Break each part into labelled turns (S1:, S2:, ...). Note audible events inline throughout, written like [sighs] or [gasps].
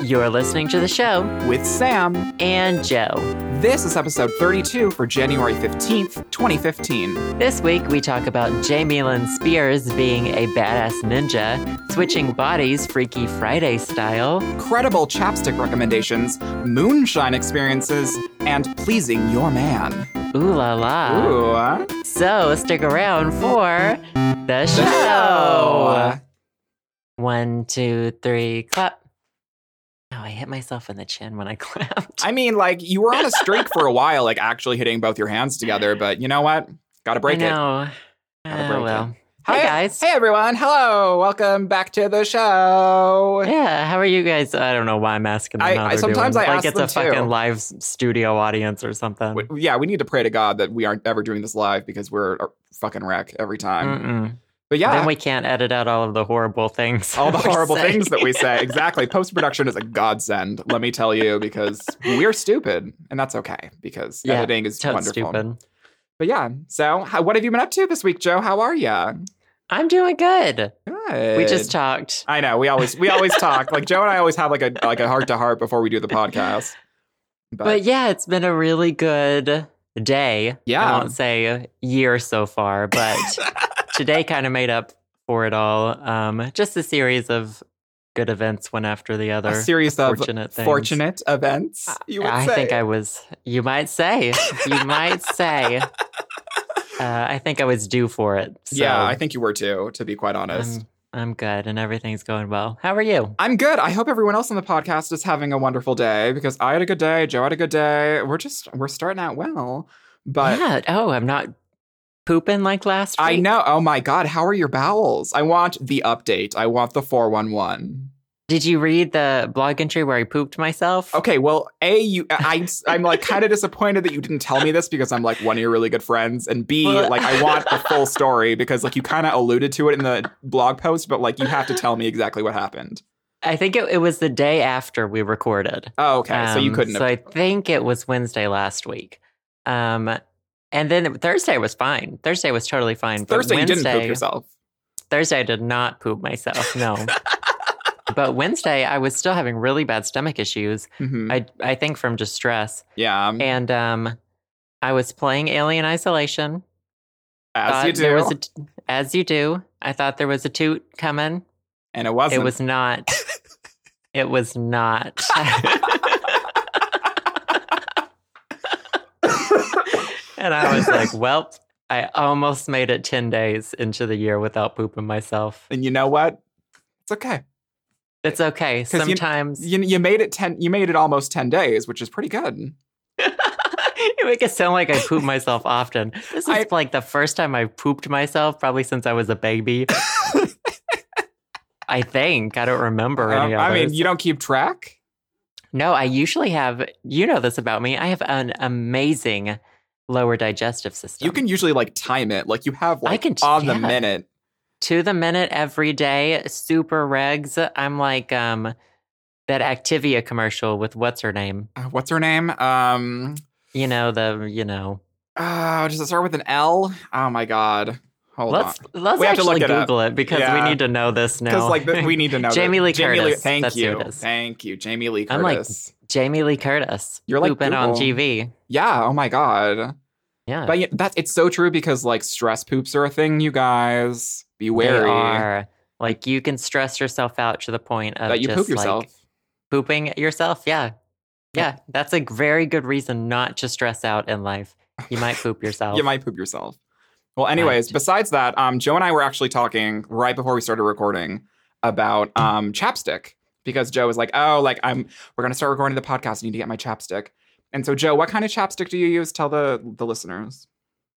S1: You're listening to the show
S2: with Sam.
S1: and Joe.
S2: This is episode 32 for January 15th, 2015.
S1: This week we talk about Jamie Lynn Spears being a badass ninja, switching bodies Freaky Friday style,
S2: Credible chapstick recommendations, moonshine experiences, and pleasing your man.
S1: ooh la la.
S2: Ooh. uh,
S1: So stick around for the
S2: the
S1: show.
S2: show.
S1: One, two, three, clap. Oh, I hit myself in the chin when I [laughs] clapped.
S2: I mean, like, you were on a streak for a while, like actually hitting both your hands together, but you know what? Gotta break
S1: I
S2: it.
S1: know.
S2: Gotta
S1: Ah,
S2: break it.
S1: well.
S2: Hi,
S1: Hey, guys.
S2: Hey, everyone. Hello. Welcome back to the show.
S1: Yeah, how are you guys? I don't know why I'm asking them
S2: I-
S1: how
S2: I-
S1: they're
S2: sometimes
S1: doing.
S2: I
S1: like
S2: ask
S1: it's
S2: them
S1: a fucking
S2: too.
S1: live s- studio audience or something.
S2: W- Yeah, we need to pray to God that we aren't ever doing this live because we're a fucking wreck every time.
S1: Mm-mm.
S2: But yeah,
S1: Mm. Then we can't edit out all of the horrible things.
S2: [laughs] all the
S1: [laughs] we're
S2: horrible
S1: saying.
S2: things that we say. Exactly. Post production is a godsend, let me tell you, because we're stupid. And that's okay because
S1: Yeah,
S2: editing is
S1: Totes
S2: wonderful.
S1: stupid.
S2: But yeah, so how, what have you been up to this week, Joe? How are ya?
S1: I'm doing good.
S2: Good.
S1: We just talked.
S2: I know we always we always talk like Joe and I always have like a like a heart to heart before we do the podcast. But,
S1: But yeah, it's been a really good day.
S2: Yeah.
S1: I won't say year so far,
S2: [laughs]
S1: but today kind of made up for it all. Um, just a series of good events, one after the other.
S2: a series of
S1: fortunate things.
S2: fortunate events. You would
S1: I
S2: say.
S1: think I was. You might say. You might
S2: [laughs]
S1: say. Uh, I think I was due for it. So
S2: yeah, I think you were too. To be quite honest.
S1: I'm, I'm good and everything's going well. How are you?
S2: I'm good. I hope everyone else on the podcast is having a wonderful day because I had a good day. Joe had a good day. We're just we're starting out well. But
S1: yeah. Oh, I'm not pooping like last week.
S2: I know. Oh my god, how are your bowels? I want the update. I want the 411.
S1: Did you read the blog entry where I pooped myself?
S2: Okay, well, A, you I I'm
S1: [laughs]
S2: like kind of disappointed that you didn't tell me this because I'm like one of your really good friends. And B,
S1: Well-
S2: like I want the
S1: [laughs]
S2: full story because like you kind of alluded to it in the blog post, but like you have to tell me exactly what happened.
S1: I think it, it was the day after we recorded.
S2: Oh, okay. so you
S1: Um,
S2: couldn't
S1: So
S2: have
S1: I think it was Wednesday last week. Um, and then Thursday was fine. Thursday was totally fine. but
S2: Thursday you didn't poop
S1: Wednesday-
S2: yourself.
S1: Thursday, I did not poop myself.
S2: [laughs]
S1: No. but Wednesday, I was still having really bad stomach issues.
S2: Mhm.
S1: I I think from just stress.
S2: yeah.
S1: And um, I was playing Alien Isolation.
S2: As you
S1: Thought there
S2: do.
S1: was a t- as you do. I thought there was a toot coming.
S2: and it wasn't.
S1: It was not. it was not. and I was like, "Welp." I almost made it ten days into the year without pooping myself.
S2: And you know what? It's okay.
S1: It's okay.
S2: 'Cause you-
S1: Sometimes
S2: You, you made it ten. You made it almost ten days, which is pretty good.
S1: you make it sound like I poop myself often. [laughs] This is
S2: I-
S1: like the first time I've pooped myself, probably since I was a
S2: [laughs]
S1: baby. I think. I don't remember
S2: Um,
S1: any
S2: I
S1: others.
S2: mean, you don't keep track.
S1: no, I usually have, you know this about me, I have an amazing lower digestive system.
S2: You can usually like time it. Like you have like
S1: can t-
S2: on the
S1: yeah.
S2: minute.
S1: to the minute every day, super regs. I'm like um that Activia commercial with what's her name?
S2: Uh, what's her name? Um,
S1: You know, the, you know.
S2: uh, does it start with an L? Oh my god. Hold
S1: let's
S2: on.
S1: let's
S2: We have to
S1: actually
S2: look it up.
S1: Google it because
S2: Yeah.
S1: we need to know this now.
S2: Because like the, we need to
S1: [laughs]
S2: know.
S1: Jamie
S2: that-
S1: Lee Curtis.
S2: thank
S1: That's who
S2: you.
S1: it is.
S2: Thank you, Jamie Lee
S1: I'm like-
S2: Curtis.
S1: Jamie Lee Curtis.
S2: You're like
S1: pooping on
S2: Google.
S1: TV.
S2: yeah. Oh my god.
S1: Yeah.
S2: But yeah, that's it's so true because like stress poops are a thing. You guys be
S1: they
S2: wary
S1: are. Like you can stress yourself out to the point of
S2: that you
S1: just
S2: poop
S1: like
S2: yourself.
S1: pooping yourself. Yeah. Yeah. That's a very good reason not to stress out in life. You might poop yourself.
S2: [laughs] You might poop yourself. Well, anyways, besides that, um, Joe and I were actually talking right before we started recording about um, chapstick because Joe was like, "Oh, like I'm, we're gonna start recording the podcast. I need to get my chapstick." And so, Joe, what kind of chapstick do you use? Tell the the listeners.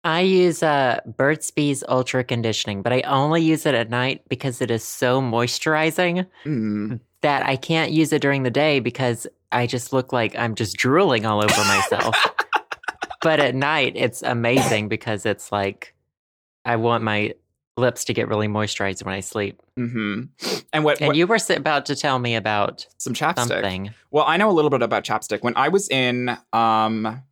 S1: I use uh, Burt's Bees Ultra Conditioning, but I only use it at night because it is so moisturizing Hmm.
S2: Mm.
S1: that I can't use it during the day because I just look like I'm just drooling all over
S2: [laughs]
S1: myself. but at night, it's amazing because it's like I want my lips to get really moisturized when I sleep.
S2: Hmm. And what,
S1: And
S2: what
S1: you were s- about to tell me about
S2: some chapstick?
S1: something.
S2: Well, I know a little bit about chapstick. When I was in, um,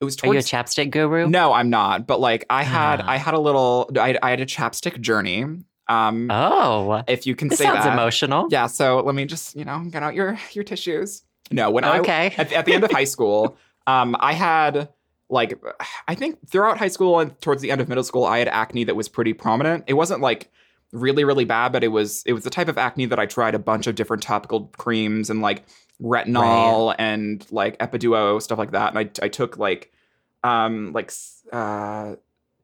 S2: it was
S1: Are you a
S2: towards
S1: chapstick guru?
S2: No, I'm not. But like I had
S1: Ah.
S2: I had a little I, I had a chapstick journey. Um,
S1: Oh,
S2: if you can
S1: this
S2: say
S1: sounds
S2: that.
S1: emotional.
S2: Yeah, so let me just, you know, get out your your tissues. No, when I
S1: okay.
S2: at, at the end of high school, um, I had like I think throughout high school and towards the end of middle school, I had acne that was pretty prominent. It wasn't like really really bad, but it was it was the type of acne that I tried a bunch of different topical creams and like retinol and like Epiduo stuff like that, and I I took like um like s- uh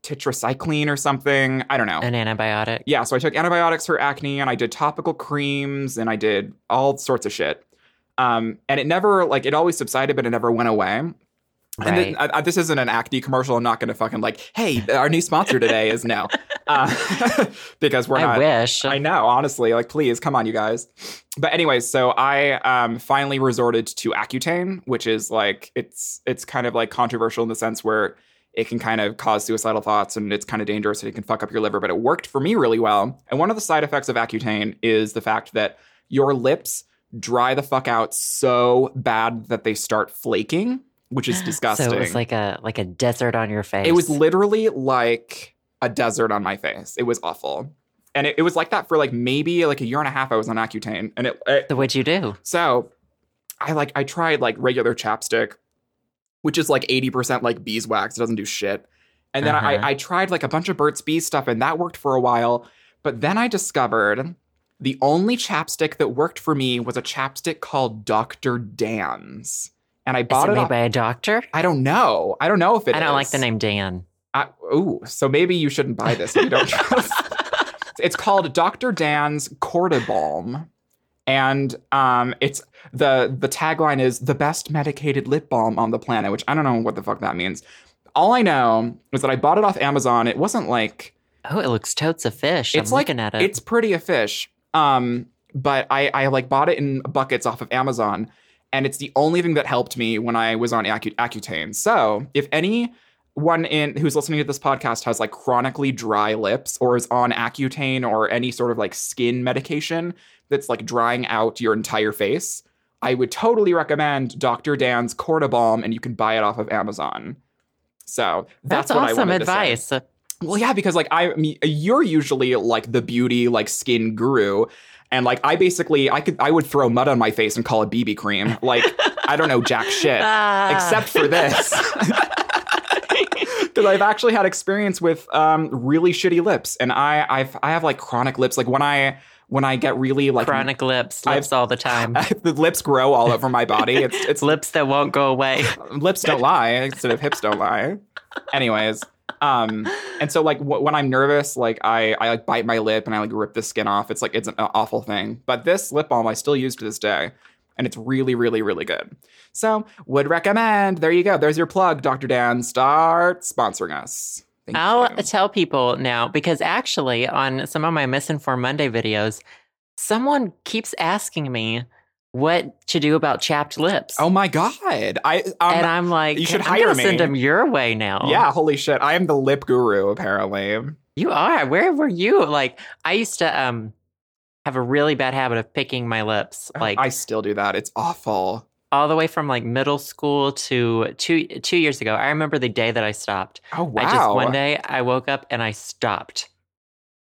S2: tetracycline or something. I don't know.
S1: An antibiotic.
S2: Yeah, so I took antibiotics for acne and I did topical creams and I did all sorts of shit. Um, and it never, like, it always subsided, but it never went away. And then,
S1: Right.
S2: I, I- this isn't an acne commercial. I'm not going to fucking, like, hey, our new sponsor today is no. Uh, [laughs] because we're
S1: I
S2: not.
S1: wish.
S2: I know, honestly. Like, please, come on, you guys. But anyways, so I um, finally resorted to Accutane, which is like it's it's kind of like controversial in the sense where it can kind of cause suicidal thoughts and it's kind of dangerous and it can fuck up your liver. But it worked for me really well. And one of the side effects of Accutane is the fact that your lips dry the fuck out so bad that they start flaking, which is disgusting.
S1: [gasps] So it was like a like a desert on your face.
S2: It was literally like a desert on my face. It was awful. And it, it was like that for like maybe like a year and a half I was on Accutane. And it, it-
S1: So what'd you do?
S2: so I like I tried like regular chapstick, which is like 80% like beeswax. It doesn't do shit. And then
S1: Uh-huh.
S2: I, I tried like a bunch of Burt's Bees stuff and that worked for a while. But then I discovered the only chapstick that worked for me was a chapstick called Dr. Dan's. And I
S1: Is
S2: bought
S1: it
S2: it.
S1: made
S2: off-
S1: by a doctor?
S2: I don't know. I don't know if it
S1: I don't like
S2: is.
S1: the name Dan.
S2: I, ooh, so maybe you shouldn't buy this if you don't trust. it's called Dr. Dan's Cordybalm. And um, it's the the tagline is the best medicated lip balm on the planet, which I don't know what the fuck that means. All I know is that I bought it off Amazon. It wasn't like
S1: Oh, it looks totes of fish.
S2: It's
S1: I'm
S2: like-
S1: looking at it.
S2: it's pretty a fish. Um, but I, I like bought it in buckets off of Amazon, and it's the only thing that helped me when I was on Accu- Accutane. So if anyone in who's listening to this podcast has like chronically dry lips or is on Accutane or any sort of like skin medication that's like drying out your entire face, I would totally recommend Dr. Dan's Cordybalm, and you can buy it off of Amazon. So that's,
S1: That's,
S2: what I
S1: awesome
S2: wanted to say.
S1: advice.
S2: Well, yeah, because like I, I mean, you're usually like the beauty like skin guru, and like I basically I could I would throw mud on my face and call it BB cream. Like I don't know jack shit
S1: Ah.
S2: except for this. [laughs] Because I've actually had experience with um, really shitty lips, and I I've I have like chronic lips. Like when I when I get really like
S1: chronic lips,
S2: I've-
S1: lips all the time.
S2: [laughs] the lips grow all over my body. It's it's
S1: lips that won't go
S2: [laughs]
S1: away.
S2: lips don't lie instead of hips don't lie anyways um and so like w- when i'm nervous like i i like bite my lip and i like rip the skin off it's like it's an awful thing but this lip balm i still use to this day and it's really really really good so would recommend there you go there's your plug dr dan start sponsoring us Thank
S1: I'll
S2: you.
S1: tell people now because actually on some of my Misinformed Monday videos, someone keeps asking me what to do about chapped lips.
S2: oh my god i
S1: and
S2: um,
S1: I'm like,
S2: you should
S1: I'm
S2: hire
S1: gonna
S2: me."
S1: send them your way now.
S2: yeah holy shit i am the lip guru apparently
S1: You are. Where were you? Like I used to um have a really bad habit of picking my lips, like
S2: i still do that it's awful
S1: all the way from like middle school to two two years ago. I remember the day that I stopped.
S2: oh wow
S1: I just one day I woke up and I stopped.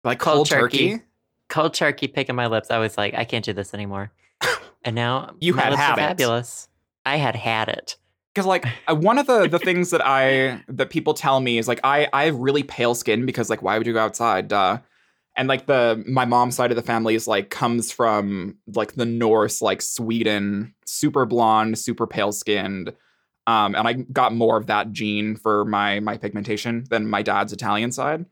S2: like cold
S1: cold
S2: turkey,
S1: turkey. Cold turkey picking my lips. I was like, I can't do this
S2: [laughs]
S1: anymore. and now
S2: You
S1: my
S2: had
S1: lips
S2: had it.
S1: are fabulous. I had had it.
S2: because like uh, one of the the things that i that people tell me is like i i have really pale skin because like why would you go outside duh and like the my mom's side of the family is like comes from like the norse like sweden super blonde super pale skinned um and i got more of that gene for my my pigmentation than my dad's italian side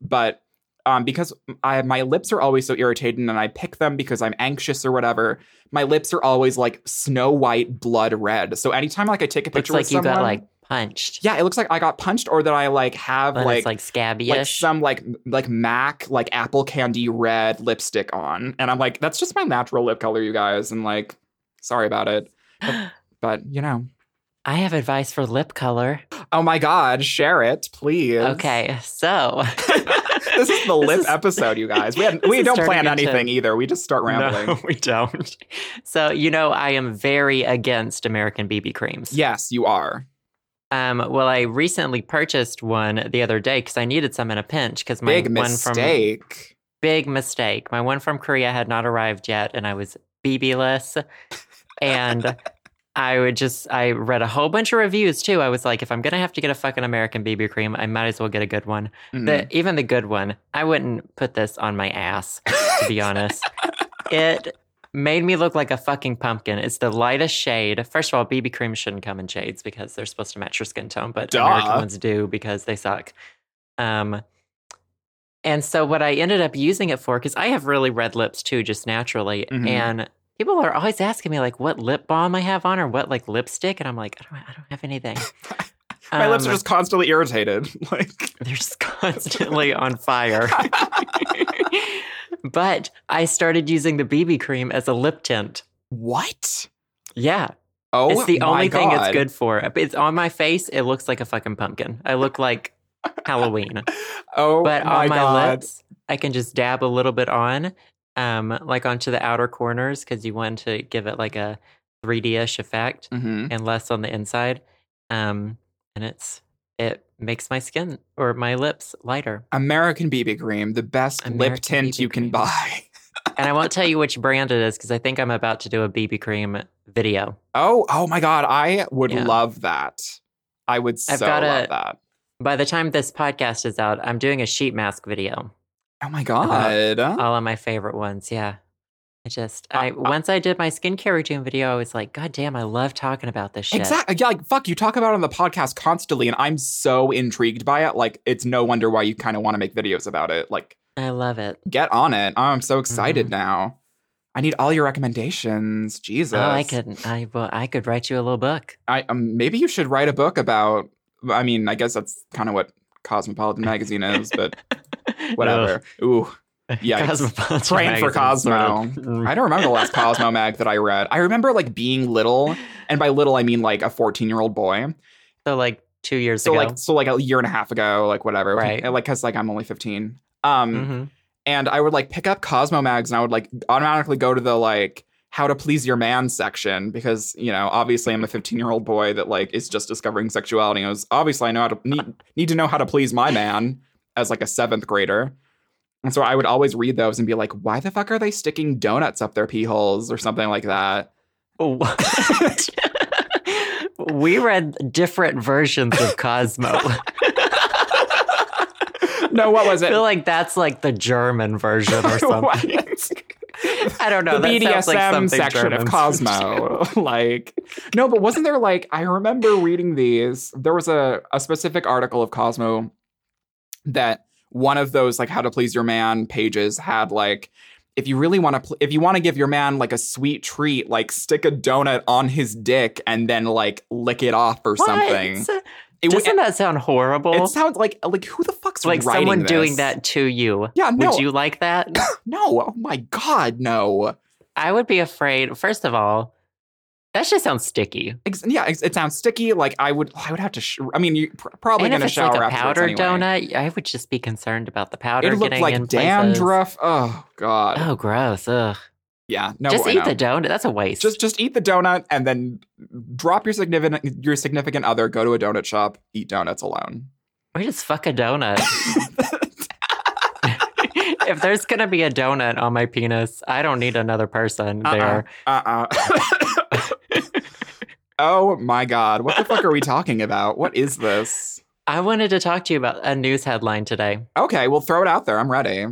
S2: but um because i my lips are always so irritated and i pick them because i'm anxious or whatever my lips are always like snow white blood red so anytime like i take a
S1: Looks
S2: picture
S1: like
S2: with
S1: you
S2: someone
S1: got like punched.
S2: yeah it looks like i got punched or that i like have
S1: and
S2: like
S1: it's like scabbyish.
S2: like some like like Mac like apple candy red lipstick on, and I'm like, that's just my natural lip color, you guys, and like, sorry about
S1: [gasps]
S2: it, but you know,
S1: I have advice for lip color.
S2: oh my god, share it, please.
S1: Okay, so
S2: [laughs] this is
S1: [laughs]
S2: the lip episode, you guys. We had, we
S1: is
S2: don't
S1: turning
S2: plan
S1: into-
S2: anything either. We just start
S1: [laughs]
S2: rambling.
S1: No, we don't. So you know, I am very against American BB creams.
S2: Yes, you are.
S1: Um. Well, I recently purchased one the other day because I needed some in a pinch because my
S2: Big
S1: one from
S2: mistake.
S1: big mistake. My one from Korea had not arrived yet, and I was BB-less.
S2: [laughs]
S1: And I would just, I read a whole bunch of reviews too. I was like, if I'm going to have to get a fucking American BB cream, I might as well get a good one.
S2: Mhm.
S1: The, even the good one, I wouldn't put this on my ass, to be honest.
S2: [laughs]
S1: it made me look like a fucking pumpkin. It's the lightest shade. First of all, BB cream shouldn't come in shades because they're supposed to match your skin tone, but
S2: Duh.
S1: American ones do because they suck. Um, and so what I ended up using it for, because I have really red lips too, just naturally,
S2: Mhm.
S1: and people are always asking me like what lip balm I have on or what like lipstick, and I'm like, I don't, I don't have anything.
S2: [laughs] My lips are
S1: Um,
S2: just constantly irritated. [laughs]
S1: [laughs]
S2: Like,
S1: they're just constantly on fire. but I started using the BB cream as a lip tint.
S2: what?
S1: Yeah,
S2: Oh,
S1: it's the
S2: my
S1: only thing it's
S2: God.
S1: good for. It's on my face. It looks like a fucking pumpkin. I look like Halloween.
S2: [laughs] Oh,
S1: but
S2: my
S1: on my
S2: God.
S1: lips, I can just dab a little bit on, um, like onto the outer corners because you want to give it like a 3D-ish effect
S2: hmm
S1: and less on the inside. Um, and it's it makes my skin or my lips lighter.
S2: American BB cream, the best lip
S1: American
S2: tint
S1: BB
S2: you can
S1: cream.
S2: buy. [laughs]
S1: And I won't tell you which brand it is because I think I'm about to do a BB cream video.
S2: Oh, oh my God. I would
S1: Yeah.
S2: love that. I would so
S1: I've got
S2: love
S1: a-
S2: that.
S1: By the time this podcast is out, I'm doing a sheet mask video.
S2: Oh my God.
S1: all of my favorite ones. Yeah. I just,
S2: I-
S1: I,
S2: I-
S1: once I did my skincare routine video, I was like, God damn, I love talking about this shit.
S2: Exactly. Yeah, like fuck, you talk about it on the podcast constantly, and I'm so intrigued by it. Like, it's no wonder why you kind of want to make videos about it. Like,
S1: I love it.
S2: get on it. Oh, I'm so excited now. I need all your recommendations. Jesus.
S1: Oh, Mm-hmm. I could, I well, I could write you a little book.
S2: I um, maybe you should write a book about. I mean, I guess that's kind of what Cosmopolitan magazine is,
S1: [laughs]
S2: but [laughs] whatever. Ooh, yeah.
S1: Cosmopolitan
S2: Train
S1: magazine,
S2: for
S1: sort
S2: Cosmo. Mm.
S1: of.
S2: I don't remember the last Cosmo mag that I read. I remember like being little, and by little I mean like a 14 year old boy.
S1: so like two years
S2: so
S1: ago.
S2: like so like a year and a half ago like whatever
S1: Right.
S2: And, like because like i'm only 15 um
S1: Mhm.
S2: and i would like pick up cosmo mags and i would like automatically go to the like how to please your man section because you know obviously i'm a 15 year old boy that like is just discovering sexuality and I was obviously i know how to need, need to know how to please my man as like a seventh grader and so i would always read those and be like why the fuck are they sticking donuts up their pee holes or something like that [laughs] mm.
S1: [laughs] What? we read different versions of Cosmo.
S2: [laughs] no what was
S1: I
S2: it [laughs]
S1: feel like that's like the German version or something. I don't know.
S2: the
S1: that
S2: BDSM
S1: sounds like something
S2: section of
S1: German.
S2: Cosmo. [laughs] like, no, but wasn't there like I remember reading these? There was a a specific article of Cosmo that one of those like how to please your man pages had like if you really want to pl- if you want to give your man like a sweet treat like stick a donut on his dick and then like lick it off or
S1: [laughs] What?
S2: something it, w-
S1: Doesn't that sound horrible?
S2: it sounds like like who the fuck's
S1: like
S2: writing
S1: someone doing
S2: this?
S1: that to you.
S2: yeah no
S1: Would you like that?
S2: no oh my god no
S1: I would be afraid. First of all, that just sounds sticky.
S2: Ex- yeah, ex- it sounds sticky. Like I would, I would have to. Sh- I mean, you pr- probably
S1: and if
S2: going to
S1: it's
S2: shower
S1: like a
S2: afterwards
S1: powder
S2: anyway.
S1: donut, I would just be concerned about the powder
S2: It looked
S1: getting in
S2: like
S1: places.
S2: dandruff. Oh god.
S1: Oh, gross! Ugh.
S2: Yeah. No.
S1: just
S2: I
S1: eat
S2: know.
S1: the donut. That's a waste.
S2: just just eat the donut and then drop your significant your significant other. Go to a donut shop. Eat donuts alone.
S1: or just fuck a donut. [laughs] if there's gonna be a donut on my penis, I don't need another person
S2: Uh-uh. [laughs]
S1: there.
S2: Uh. uh oh my god. What the fuck are we talking about? What is this?
S1: I wanted to talk to you about a news headline today.
S2: Okay, well throw it out there. I'm ready.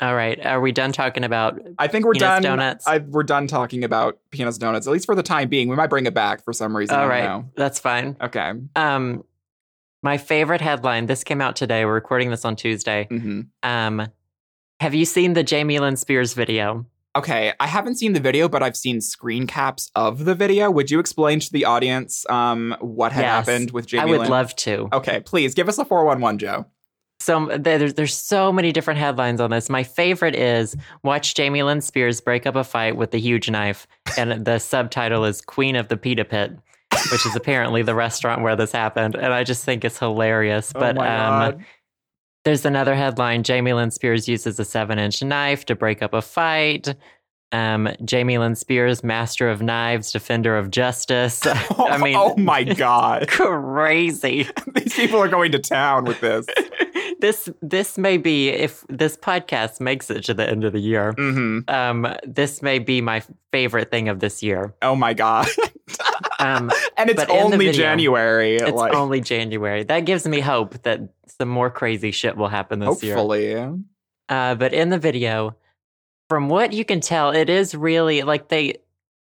S1: All right, are we done talking about
S2: I think we're
S1: penis
S2: done.
S1: donuts?
S2: I, we're done talking about penis donuts, at least for the time being. We might bring it back for some reason. I
S1: All
S2: don't
S1: right,
S2: know.
S1: that's fine.
S2: Okay.
S1: Um, my favorite headline. This came out today. We're recording this on Tuesday.
S2: hmm
S1: Um, have you seen the Jamie Lynn Spears video?
S2: Okay, I haven't seen the video, but I've seen screen caps of the video. Would you explain to the audience um, what had
S1: Yes.
S2: happened with Jamie
S1: I would
S2: Lynn?
S1: love to.
S2: Okay, please give us a 411, Joe.
S1: So there- there's there's so many different headlines on this. My favorite is watch Jamie Lynn Spears break up a fight with the huge knife, and the subtitle is Queen of the Pita Pit, which is apparently the restaurant where this happened. And I just think it's hilarious. [laughs] but
S2: oh my
S1: um,
S2: [laughs] God.
S1: There's another headline Jamie Lynn Spears uses a seven inch knife to break up a fight. Um, Jamie Lynn Spears, master of knives, defender of justice. [laughs] I mean, [laughs]
S2: oh my God. [laughs]
S1: crazy.
S2: These people are going to town with this.
S1: this this may be if this podcast makes it to the end of the year.
S2: Mm-hmm.
S1: Um, this may be my favorite thing of this year.
S2: Oh my god! [laughs]
S1: Um,
S2: and it's
S1: But in the
S2: only
S1: video,
S2: January.
S1: it's
S2: like,
S1: only January. That gives me hope that some more crazy shit will happen this year.
S2: hopefully,
S1: Uh, but in the video, from what you can tell, it is really like they.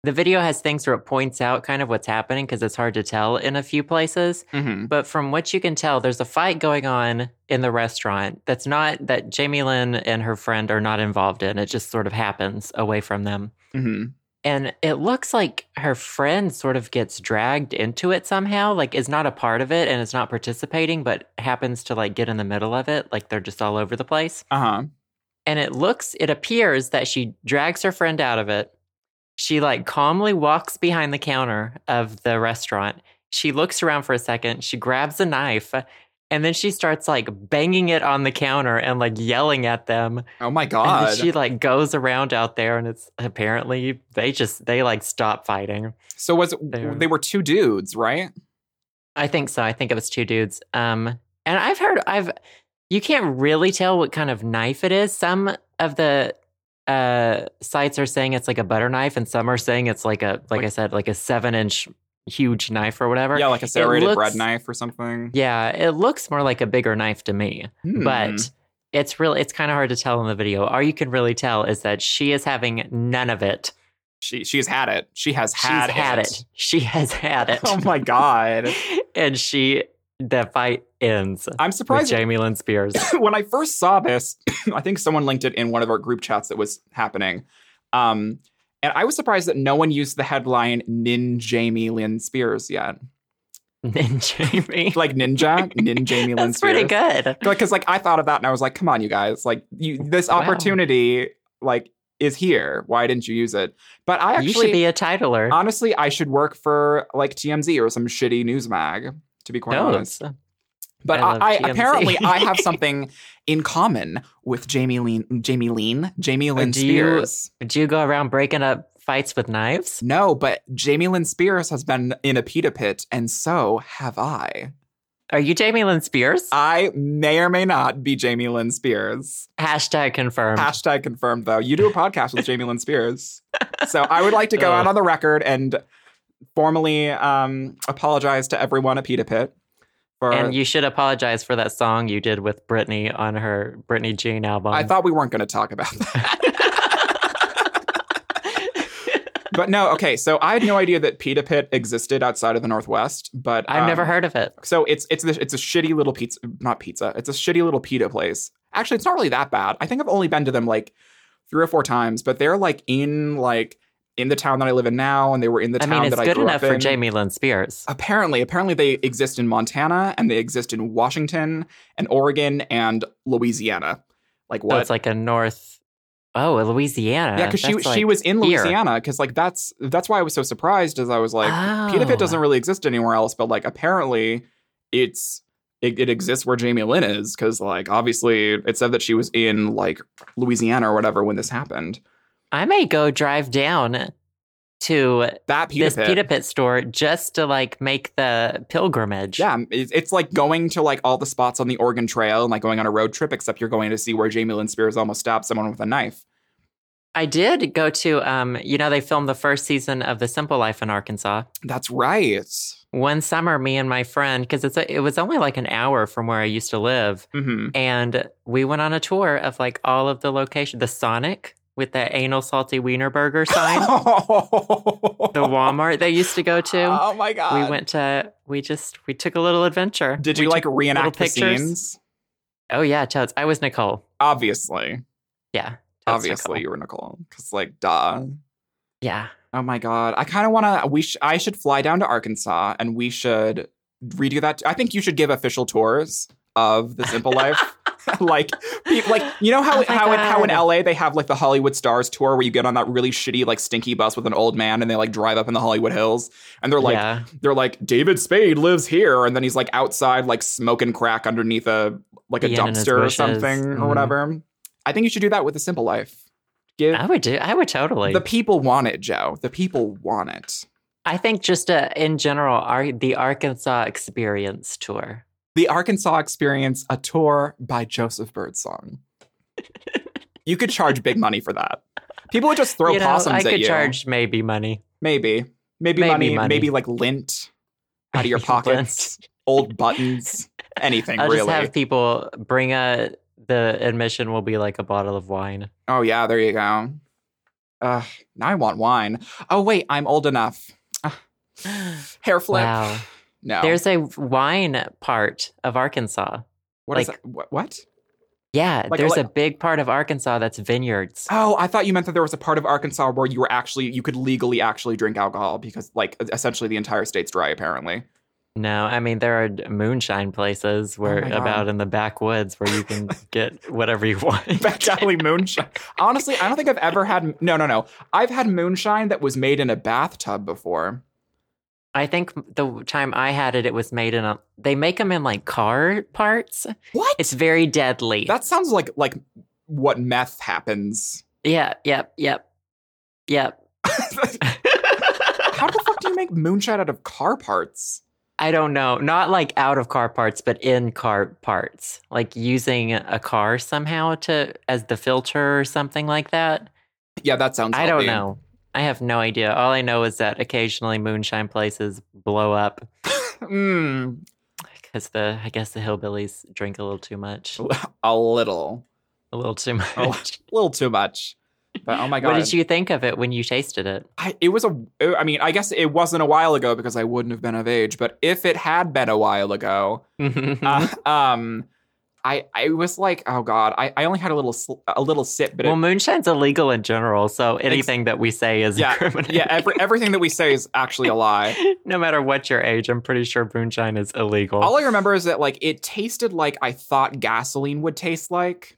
S1: The video has things where it points out kind of what's happening because it's hard to tell in a few places.
S2: Mhm.
S1: But from what you can tell, there's a fight going on in the restaurant that's not that Jamie Lynn and her friend are not involved in. It just sort of happens away from them.
S2: Mhm.
S1: And it looks like her friend sort of gets dragged into it somehow, like is not a part of it and is not participating, but happens to like get in the middle of it. Like they're just all over the place.
S2: uh-huh.
S1: And it looks, it appears that she drags her friend out of it. She like calmly walks behind the counter of the restaurant. She looks around for a second. She grabs a knife and then she starts like banging it on the counter and like yelling at them.
S2: Oh my
S1: And
S2: god!
S1: then she like goes around out there and it's apparently they just, they like stop fighting.
S2: so was
S1: There.
S2: they were two dudes, right?
S1: I think so. I think it was two dudes. Um, and I've heard I've you can't really tell what kind of knife it is. Some of the uh sites are saying it's like a butter knife, and some are saying it's like a like, I
S2: Like-
S1: said, like a seven inch huge knife or whatever.
S2: Yeah, like a serrated
S1: looks-
S2: bread knife or something.
S1: Yeah, it looks more like a bigger knife to me,
S2: Hmm.
S1: but it's real. It's kind of hard to tell in the video. All you can really tell is that she is having none of it.
S2: she she's had it. She has had
S1: She's had it. She has had it.
S2: [laughs] Oh my god!
S1: [laughs] and she, the fight ends
S2: I'm
S1: with
S2: surprised
S1: Jamie Lynn
S2: [laughs]
S1: Spears. [laughs]
S2: when I first saw this, [clears throat] I think someone linked it in one of our group chats that was happening. Um, and I was surprised that no one used the headline Nin Jamie Lynn Spears yet.
S1: Nin Jamie.
S2: Like ninja, Nin Jamie Lynn
S1: [laughs] That's pretty
S2: Spears.
S1: good.
S2: Because like I thought of that and I was like, come on, you guys. Like you, this
S1: Wow.
S2: opportunity like is here. Why didn't you use it? But I
S1: you should
S2: actually
S1: be a titler.
S2: honestly I should work for like TMZ or some shitty news mag, to be quite honest.
S1: Those.
S2: But
S1: I love
S2: I, I
S1: TMZ.
S2: apparently
S1: [laughs]
S2: I have something in common with Jamie Lean, Jamie Lean, Jamie Lynn
S1: Oh, do you-
S2: Spears.
S1: Would you go around breaking up fights with knives?
S2: No, but Jamie Lynn Spears has been in a pita pit, and so have I.
S1: Are you Jamie Lynn Spears?
S2: I may or may not be Jamie Lynn Spears.
S1: Hashtag confirmed.
S2: Hashtag confirmed, though. You do a podcast with Jamie Lynn Spears, so I would like
S1: [laughs]
S2: to go out on the record and formally um, apologize to everyone at pita pit for.
S1: and you should apologize for that song you did with Britney on her Britney Jean album.
S2: I thought we weren't going to talk about that.
S1: [laughs]
S2: But no, okay. So I had no idea that Pita Pit existed outside of the Northwest, but
S1: I've
S2: um,
S1: never heard of it.
S2: So it's it's this- it's a shitty little pizza, not pizza. It's a shitty little pita place. Actually, it's not really that bad. I think I've only been to them like three or four times, but they're like in like in the town that I live in now, and they were in the
S1: I
S2: town
S1: mean, it's
S2: that I
S1: good
S2: grew
S1: enough
S2: up
S1: for
S2: in. Uh,
S1: Jamie Lynn Spears.
S2: Apparently, apparently they exist in Montana and they exist in Washington and Oregon and Louisiana. Like
S1: So
S2: what?
S1: it's like a North. Oh, Louisiana.
S2: yeah, because she
S1: That's
S2: she
S1: like-
S2: was in
S1: here.
S2: Louisiana because like that's that's why I was so surprised as I was like, Pita
S1: Oh.
S2: Pit doesn't really exist anywhere else, but like apparently it's it, it exists where Jamie Lynn is because like obviously it said that she was in like Louisiana or whatever when this happened.
S1: I may go drive down to
S2: That Pita
S1: this
S2: Pit,
S1: pita pit store just to like make the pilgrimage.
S2: yeah, it's, it's like going to like all the spots on the Oregon Trail and like going on a road trip, except you're going to see where Jamie Lynn Spears almost stabbed someone with a knife.
S1: I did go to um you know they filmed the first season of The Simple Life in Arkansas.
S2: That's right.
S1: One summer me and my friend cuz it's a, it was only like an hour from where I used to live
S2: hmm
S1: and we went on a tour of like all of the location the Sonic with the anal salty wiener
S2: [laughs]
S1: burger sign, the Walmart they used to go to.
S2: Oh my god.
S1: We went to we just we took a little adventure.
S2: Did
S1: We
S2: you like
S1: took-
S2: reenact the
S1: pictures.
S2: scenes?
S1: Oh yeah, totes. I was Nicole.
S2: Obviously.
S1: Yeah. totes
S2: Obviously
S1: Nicole.
S2: you were Nicole. Cause like duh.
S1: Yeah.
S2: Oh my god. I kinda wanna we sh- I should fly down to Arkansas and we should redo that. I think you should give official tours of the
S1: [laughs]
S2: simple life. like pe- like you know how
S1: Oh my
S2: how in, how in
S1: God.
S2: LA they have like the Hollywood Stars tour where you get on that really shitty like stinky bus with an old man and they like drive up in the Hollywood Hills and they're like
S1: yeah.
S2: they're like David Spade lives here and then he's like outside like smoking crack underneath a like a
S1: Being in his
S2: dumpster or
S1: bushes.
S2: something or
S1: Mhm.
S2: whatever. I think you should do that with the simple life. Give
S1: I would do. I would totally.
S2: the people want it, Joe. The people want it.
S1: I think just uh in general, our, the Arkansas Experience tour
S2: The Arkansas Experience, a tour by
S1: [laughs]
S2: Joseph Birdsong. you could charge big money for that. People would just throw
S1: you know,
S2: possums
S1: I
S2: at
S1: could
S2: you.
S1: charge maybe money.
S2: maybe. Maybe,
S1: Maybe
S2: money,
S1: money.
S2: maybe like lint out of your
S1: [laughs] Lint.
S2: pockets, old buttons, anything
S1: I'll
S2: really.
S1: just have people bring a. The admission will be like a bottle of [gasps] wine.
S2: Oh yeah, there you go. Ugh, now I want wine. Oh wait, I'm old enough. Ah, Hair flip.
S1: Wow.
S2: No.
S1: There's a wine part of Arkansas.
S2: what is
S1: like-
S2: that? Wh- what?
S1: Yeah,
S2: Like-
S1: there's
S2: like-
S1: a big part of Arkansas that's vineyards.
S2: Oh, I thought you meant that there was a part of Arkansas where you were actually you could legally actually drink alcohol because like e, essentially the entire state's dry apparently. [laughs]
S1: No, I mean there are d- moonshine places where
S2: Oh my God.
S1: about in the backwoods where you
S2: [laughs]
S1: can get whatever you want.
S2: Back alley moonshine. Honestly, I don't think I've ever had no no no. I've had moonshine that was made in a bathtub before.
S1: [laughs] I think the time I had it, it was made in a. They make them in like car parts.
S2: What?
S1: It's very deadly.
S2: That sounds like like what meth happens. [laughs]
S1: yeah. Yep. Yep. Yep. [laughs]
S2: How the fuck do you make moonshine out of car parts?
S1: I don't know. Not like out of car parts, but in car parts. Like using a car somehow to as the filter or something like that.
S2: Yeah, that sounds.
S1: I don't
S2: healthy.
S1: know. I have no idea. All I know is that occasionally moonshine places blow up
S2: Mm,
S1: because the I guess the hillbillies drink a little too much. [laughs]
S2: a little,
S1: A little
S2: [laughs]
S1: too much.
S2: a little too much. But oh my oh god,
S1: What did you think of it when you tasted
S2: [laughs]
S1: it?
S2: I, it was a. I mean, I guess it wasn't a while ago because I wouldn't have been of age. But if it had been a
S1: [laughs]
S2: while ago,
S1: Hmm.
S2: uh, um, I I was like, oh god, I, I only had a little sl- a little sip, but
S1: well,
S2: it,
S1: moonshine's illegal in general, so anything that we say is [laughs]
S2: Yeah,
S1: incriminating.
S2: [laughs] yeah, every, everything that we say is actually
S1: [laughs]
S2: a lie.
S1: no matter what your age, I'm pretty sure moonshine is illegal.
S2: All I remember is that like it tasted like I thought gasoline would taste like.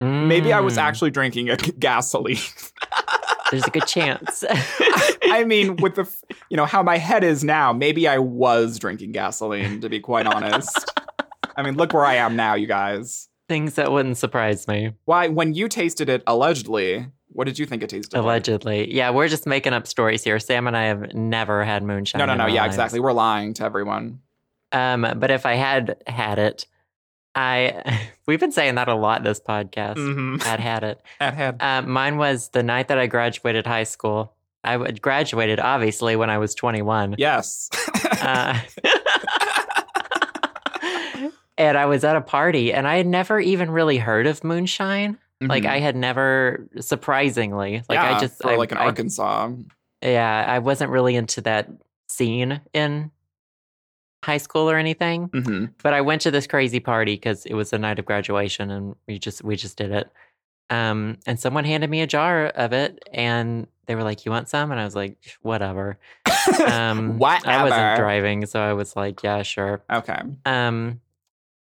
S2: Maybe I was
S1: Mm,
S2: actually drinking a gasoline.
S1: There's a good
S2: [laughs]
S1: chance. [laughs]
S2: I mean, with the f- you know how my head is now, maybe I was drinking gasoline. To be quite honest, I mean, look where I am now, you guys.
S1: Things that wouldn't surprise me.
S2: Why, when you tasted it allegedly, what did you think it tasted? like?
S1: Allegedly. Yeah, we're just making up stories here. Sam and I have never had moonshine.
S2: No, no,
S1: in
S2: no.
S1: our
S2: Yeah,
S1: lives.
S2: exactly. We're lying to everyone.
S1: Um, but if I had had it, I [laughs] we've been saying that a lot this podcast.
S2: Mm-hmm.
S1: I'd had it.
S2: At head.
S1: Uh, mine was the night that I graduated high school. I would- graduated obviously when I was 21.
S2: Yes. [laughs]
S1: Uh, and I was at a party and I had never even really heard of moonshine. [laughs] Like
S2: Mhm.
S1: I had never surprisingly, like
S2: Yeah,
S1: I just
S2: for
S1: I,
S2: like an
S1: I
S2: Arkansas.
S1: yeah, I wasn't really into that scene in high school or anything.
S2: hmm [laughs]
S1: But I went to this crazy party because it was the night of graduation, and we just we just did it. Um, and someone handed me a jar of it, and they were like, "You want some?" And I was like, "Whatever."
S2: [laughs]
S1: Um, I
S2: Whatever.
S1: wasn't driving, so I was like, "Yeah, sure."
S2: Okay.
S1: Um,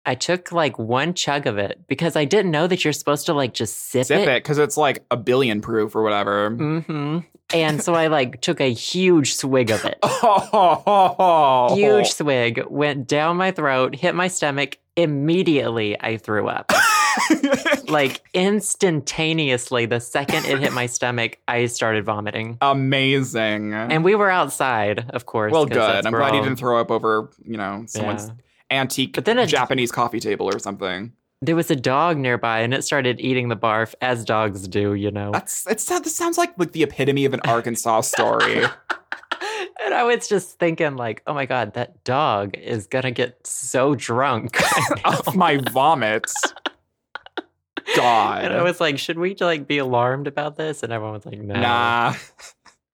S1: I took like one chug of it because I didn't know that you're supposed to like just sip,
S2: Zip it because it's like a billion proof or whatever.
S1: hmm And so I like took a huge swig of it.
S2: [laughs] [laughs] Oh,
S1: huge
S2: [laughs]
S1: swig went down my throat, hit my stomach. Immediately, I threw up. like instantaneously, the second it hit my stomach, I started vomiting.
S2: Amazing.
S1: And we were outside, of course.
S2: Well,
S1: 'cause that's
S2: good. I'm
S1: where
S2: glad you
S1: all-
S2: didn't throw up over, you know, someone's
S1: Yeah.
S2: antique
S1: But then a-
S2: Japanese coffee table or something.
S1: There was a dog nearby, and it started eating the barf as dogs do, you
S2: [laughs]
S1: know.
S2: That's it's this sounds like like the epitome of an Arkansas
S1: [laughs]
S2: story.
S1: and I was just thinking, like, oh my god, that dog is gonna get so
S2: [laughs]
S1: drunk. right now.
S2: of my vomits.
S1: [laughs]
S2: God.
S1: And I was like, should we like be alarmed about this? And everyone was like, no.
S2: Nah.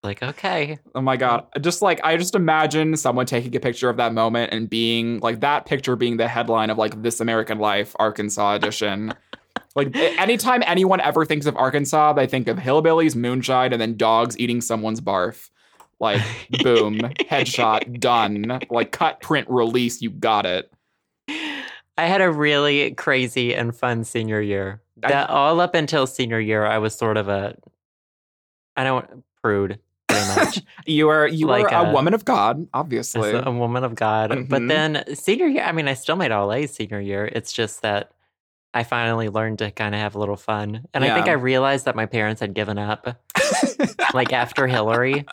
S1: Like, okay.
S2: Oh my god. Just like I just imagine someone taking a picture of that moment and being like that picture being the headline of like This American Life Arkansas edition. like a- anytime anyone ever thinks of Arkansas, they think of hillbillies, moonshine, and then dogs eating someone's barf. Like boom, headshot, done. Like cut, print, release, you got it.
S1: I had a really crazy and fun senior year.
S2: I-
S1: That all up until senior year, I was sort of a I don't prude very
S2: [laughs]
S1: much.
S2: You are you
S1: Like,
S2: are a
S1: uh,
S2: woman of God,
S1: I was
S2: obviously.
S1: a woman of God. But
S2: Mhm.
S1: then senior year, I mean, I still made all A's senior year. It's just that I finally learned to kind of have a little fun, and I think
S2: Yeah.
S1: I realized that my parents had given up, like after Hillary.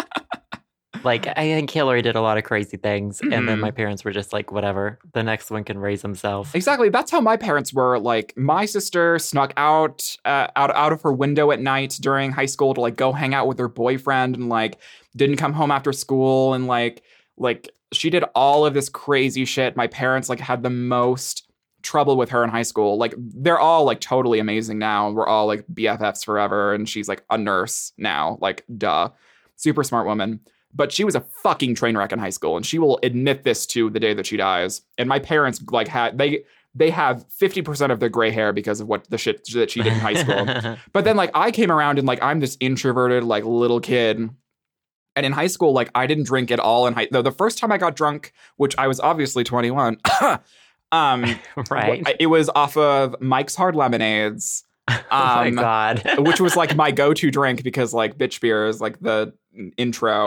S1: Like I think Hillary did a lot of crazy things, and
S2: Mhm.
S1: then my parents were just like, whatever. The next one can raise himself.
S2: Exactly. That's how my parents were. Like my sister snuck out uh, out out of her window at night during high school to like go hang out with her boyfriend and like didn't come home after school and like like she did all of this crazy shit. My parents like had the most trouble with her in high school. Like they're all like totally amazing now. We're all like BFFs forever and she's like a nurse now. Like duh. Super smart woman but she was a fucking train wreck in high school and she will admit this to the day that she dies and my parents like had they they have 50% of their gray hair because of what the shit that she did in high
S1: [laughs]
S2: school but then like i came around and like i'm this introverted like little kid and in high school like i didn't drink at all in high though the first time i got drunk which i was obviously 21 [coughs] um
S1: [laughs] right.
S2: it was off of mike's hard lemonades
S1: [laughs] oh my
S2: um, [laughs]
S1: god.
S2: which was like my go-to drink because like bitch beer is like the intro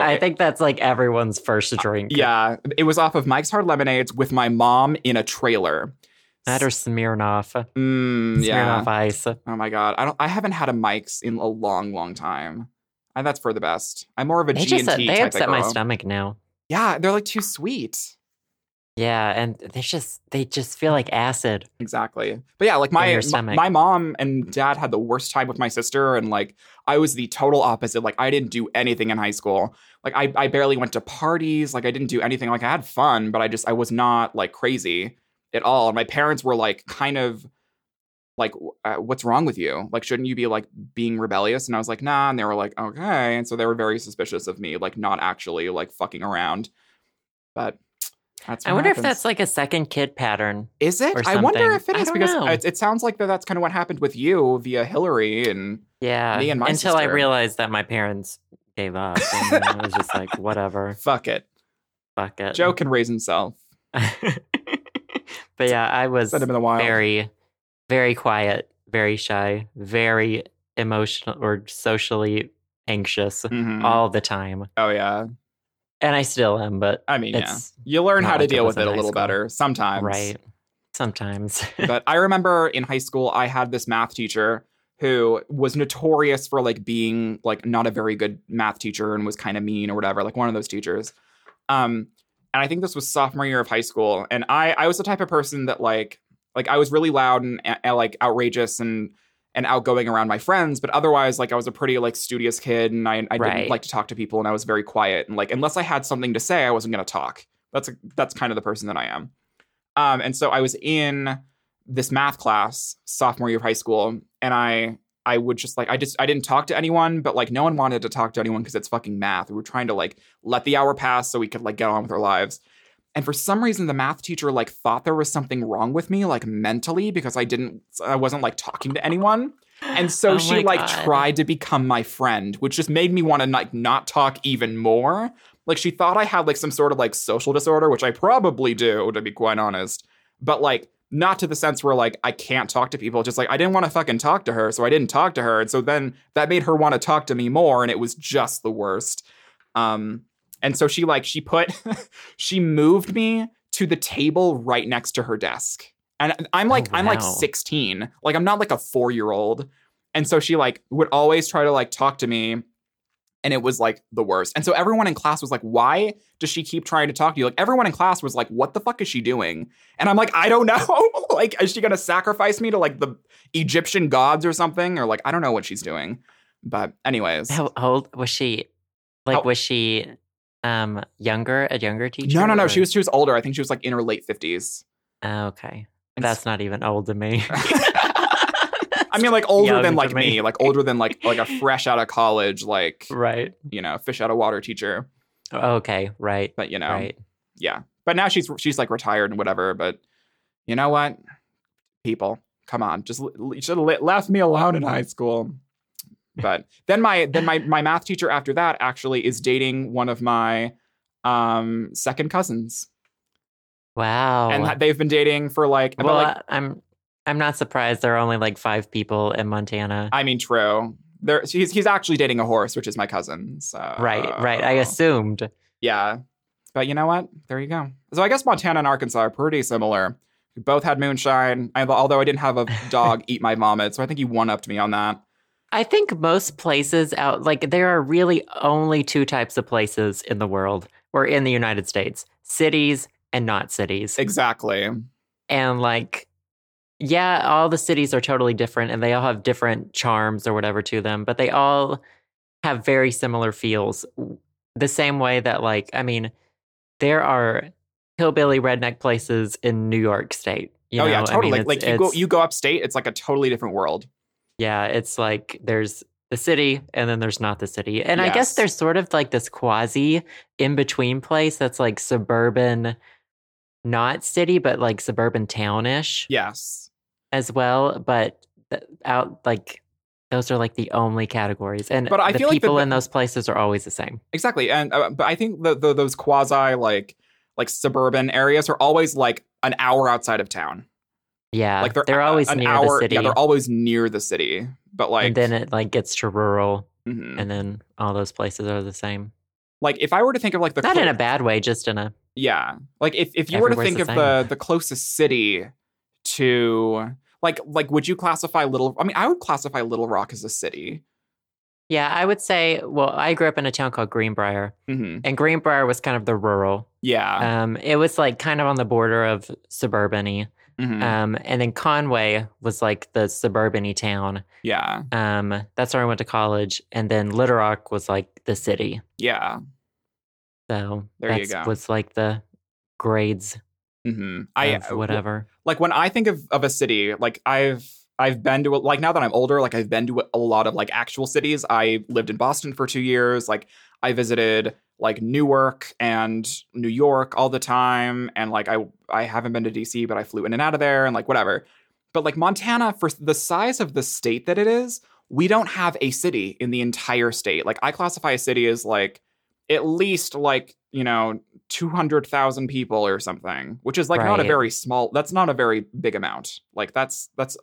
S1: [laughs] I think that's like everyone's
S2: Uh,
S1: first drink.
S2: yeah, it was off of Mike's Hard Lemonades with my mom in a trailer.
S1: That or Smirnoff.
S2: Mm, yeah.
S1: Smirnoff Ice.
S2: Oh my god, I don't. I haven't had a Mike's in a long, long time, and that's for the best. I'm more of a
S1: They
S2: G
S1: just uh,
S2: and T
S1: they
S2: type
S1: upset
S2: of
S1: my
S2: girl.
S1: stomach now.
S2: Yeah, they're like too sweet.
S1: Yeah, and they just they just feel like acid.
S2: Exactly. But yeah, like
S1: In
S2: my
S1: your
S2: m-
S1: stomach.
S2: my mom and dad had the worst time with my sister and like I was the total opposite. Like I didn't do anything in high school. Like I I barely went to parties, like I didn't do anything. Like I had fun, but I just I was not like crazy at all. And my parents were like kind of like w- uh, what's wrong with you? Like shouldn't you be like being rebellious? And I was like, "Nah." And they were like, "Okay." And so they were very suspicious of me like not actually like fucking around. But that's
S1: I
S2: what
S1: wonder if
S2: happens.
S1: that's like a second kid pattern.
S2: Is it?
S1: or
S2: I wonder
S1: something.
S2: if it
S1: I
S2: is
S1: don't
S2: because
S1: know.
S2: it, it sounds like that that's kind of what happened with you via Hillary and
S1: Yeah.
S2: Me and my
S1: until I
S2: sister.
S1: realized that my parents gave up. And then I was just
S2: [laughs]
S1: like, whatever,
S2: fuck it.
S1: fuck it.
S2: Joe can raise himself.
S1: [laughs] but yeah, I was
S2: Send him in the wild.
S1: very, very quiet, very shy, very emotional or socially anxious
S2: Mhm.
S1: all the time.
S2: Oh yeah.
S1: And I still am, but
S2: I mean, yeah.
S1: It's
S2: You learn
S1: not
S2: how to
S1: like it
S2: deal
S1: was
S2: with it
S1: in
S2: a
S1: high
S2: little
S1: school.
S2: better sometimes.
S1: right. [laughs] Sometimes. [laughs]
S2: but I remember in high school I had this math teacher who was notorious for like being like not a very good math teacher and was kind of mean or whatever, like one of those teachers. Um and I think this was sophomore year of high school and I I was the type of person that like like I was really loud and, and like outrageous and and outgoing around my friends, but otherwise like I was a pretty like studious kid and I I
S1: Right.
S2: didn't like to talk to people and I was very quiet and like unless I had something to say I wasn't going to talk. That's a, that's kind of the person that I am. Um, and so I was in this math class sophomore year of high school, and I I would just like I just I didn't talk to anyone, but like no one wanted to talk to anyone because it's fucking math. We were trying to like let the hour pass so we could like get on with our lives. And for some reason, the math teacher like thought there was something wrong with me, like mentally, because I didn't I wasn't like talking to anyone. And so
S1: Oh
S2: she
S1: my
S2: like
S1: God.
S2: tried to become my friend, which just made me want to like not talk even more. Like she thought I had like some sort of like social disorder, which I probably do, to be quite honest. But like not to the sense where like I can't talk to people. Just like I didn't want to fucking talk to her, so I didn't talk to her. And so then that made her want to talk to me more, and it was just the worst. Um, and so she like she put [laughs] she moved me to the table right next to her desk. And I'm like
S1: Oh,
S2: I'm like
S1: wow.
S2: 16. Like I'm not like a 4-year-old. And so she like would always try to like talk to me and it was like the worst. And so everyone in class was like, "Why does she keep trying to talk to you?" Like everyone in class was like, "What the fuck is she doing?" And I'm like, "I don't know. [laughs] like is she going to sacrifice me to like the Egyptian gods or something or like I don't know what she's doing." But anyways.
S1: How old was she? Like,
S2: How-
S1: was she um younger, a younger teacher?
S2: No, no, no.
S1: or-
S2: She was she was older. I think she was like in her late fifties.
S1: Oh, okay.
S2: And
S1: That's not even old to me.
S2: [laughs] I mean, like older
S1: Young
S2: than
S1: to
S2: like me.
S1: me.
S2: like older than like like a fresh out of college, like
S1: [laughs] right.
S2: you know, fish out of water teacher.
S1: Okay, right.
S2: But you know,
S1: Right.
S2: yeah. But now she's she's like retired and whatever. But you know what, people, come on, just l- l- you should have left me alone in high school. But then my then my my math teacher after that actually is dating one of my um second cousins,
S1: Oh, Wow.
S2: and they've been dating for like about
S1: well, uh
S2: like
S1: I- I'm I'm not surprised there are only like five people in Montana.
S2: I mean, true. There, he's he's actually dating a horse, which is my cousin. So
S1: right, right.
S2: Oh.
S1: I assumed.
S2: Yeah, but you know what? There you go. So I guess Montana and Arkansas are pretty similar. We both had moonshine. I, although I didn't have a dog eat my vomit, so I think he one upped me on that.
S1: I think most places out, like, there are really only two types of places in the world or in the United States cities and not cities.
S2: Exactly.
S1: And, like, yeah, all the cities are totally different and they all have different charms or whatever to them, but they all have very similar feels. The same way that, like, I mean, there are hillbilly redneck places in New York State. You
S2: oh
S1: know?
S2: yeah, totally.
S1: I mean,
S2: like
S1: it's-
S2: you go
S1: it's-
S2: you go upstate, it's like a totally different world.
S1: yeah, it's like there's the city and then there's not the city. And I
S2: Yes.
S1: guess there's sort of like this quasi in between place that's like suburban, not city, but like suburban townish
S2: Yes.
S1: as well. But th- out like those are like the only categories. And
S2: But I
S1: the
S2: feel like the-
S1: people in those places are always the same.
S2: Exactly. And uh, but I think the, the, those quasi like like suburban areas are always like an hour outside of town.
S1: Yeah.
S2: like they're,
S1: they're
S2: a-
S1: always
S2: an
S1: near
S2: hour,
S1: the city.
S2: Yeah, they're always near the city. But like
S1: and then it like gets to rural
S2: mhm.
S1: and then all those places are the same.
S2: like if I were to think of like the
S1: Not
S2: clo-
S1: in a bad way, just in a
S2: Yeah. Like if, if you were to
S1: Everywhere's
S2: think
S1: the
S2: of the the closest city to like like would you classify Little I mean I would classify Little Rock as a city.
S1: Yeah, I would say, well, I grew up in a town called Greenbrier,
S2: hmm
S1: and Greenbrier was kind of the rural.
S2: Yeah.
S1: Um, it was like kind of on the border of suburban
S2: Mhm.
S1: Um, and then Conway was like the suburban town.
S2: yeah.
S1: Um, that's where I went to college. And then Little Rock was like the city.
S2: Yeah.
S1: So
S2: There you
S1: that's
S2: go.
S1: was like the grades
S2: hmm I
S1: of whatever.
S2: like when I think of, of a city, like I've I've been to like now that I'm older, like I've been to a lot of like actual cities. I lived in Boston for two years. Like I visited like Newark and New York all the time, and like I I haven't been to DC, but I flew in and out of there, and like whatever. But like Montana, for the size of the state that it is, we don't have a city in the entire state. Like I classify a city as like at least like you know 200,000 people or something, which is like not a
S1: Right.
S2: very small that's not a very big amount. Like that's that's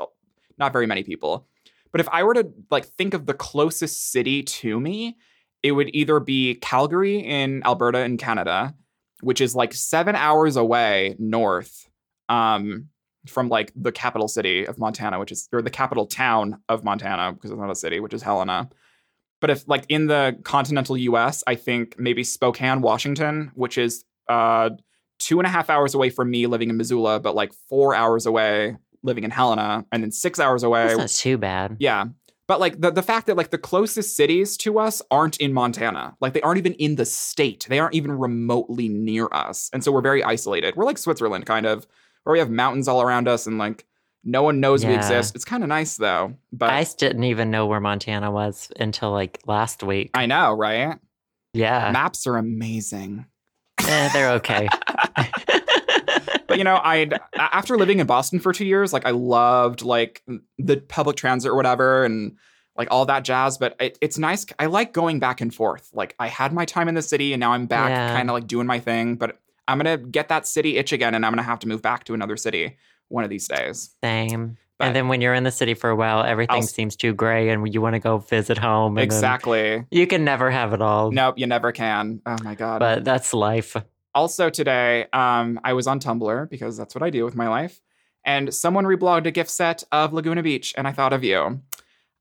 S2: not very many people. But if I were to like think of the closest city to me, it would either be Calgary in Alberta in Canada, which is like 7 hours away north um from like the capital city of Montana, which is or the capital town of Montana because it's not a city, which is Helena. But if like in the continental US, I think maybe Spokane, Washington, which is uh, two and a half hours away from me living in Missoula, but like four hours away living in Helena, and then six hours away.
S1: That's not too bad.
S2: Yeah. But like the, the fact that like the closest cities to us aren't in Montana. Like they aren't even in the state. They aren't even remotely near us. And so we're very isolated. We're like Switzerland kind of, where we have mountains all around us and like no one knows we
S1: Yeah.
S2: exist. It's kind of nice though. But
S1: I didn't even know where Montana was until like last week.
S2: I know, right?
S1: yeah.
S2: [laughs] Maps are amazing.
S1: Eh, they're
S2: [laughs]
S1: okay. [laughs]
S2: but you know i after living in boston for two years like i loved like the public transit or whatever and like all that jazz but it, it's nice i like going back and forth like i had my time in the city and now i'm back
S1: Yeah.
S2: kind of like doing my thing but i'm gonna get that city itch again and i'm gonna have to move back to another city one of these days
S1: Same.
S2: But-
S1: and then when you're in the city for a while, everything
S2: I'll-
S1: seems too gray, and you want to go visit home. And
S2: exactly
S1: Then you can never have it all.
S2: nope you never can oh my god
S1: But that's life.
S2: Um, Also today, um, I was on Tumblr because that's what I do with my life, and someone reblogged a gift set of Laguna Beach, and I thought of you. Um,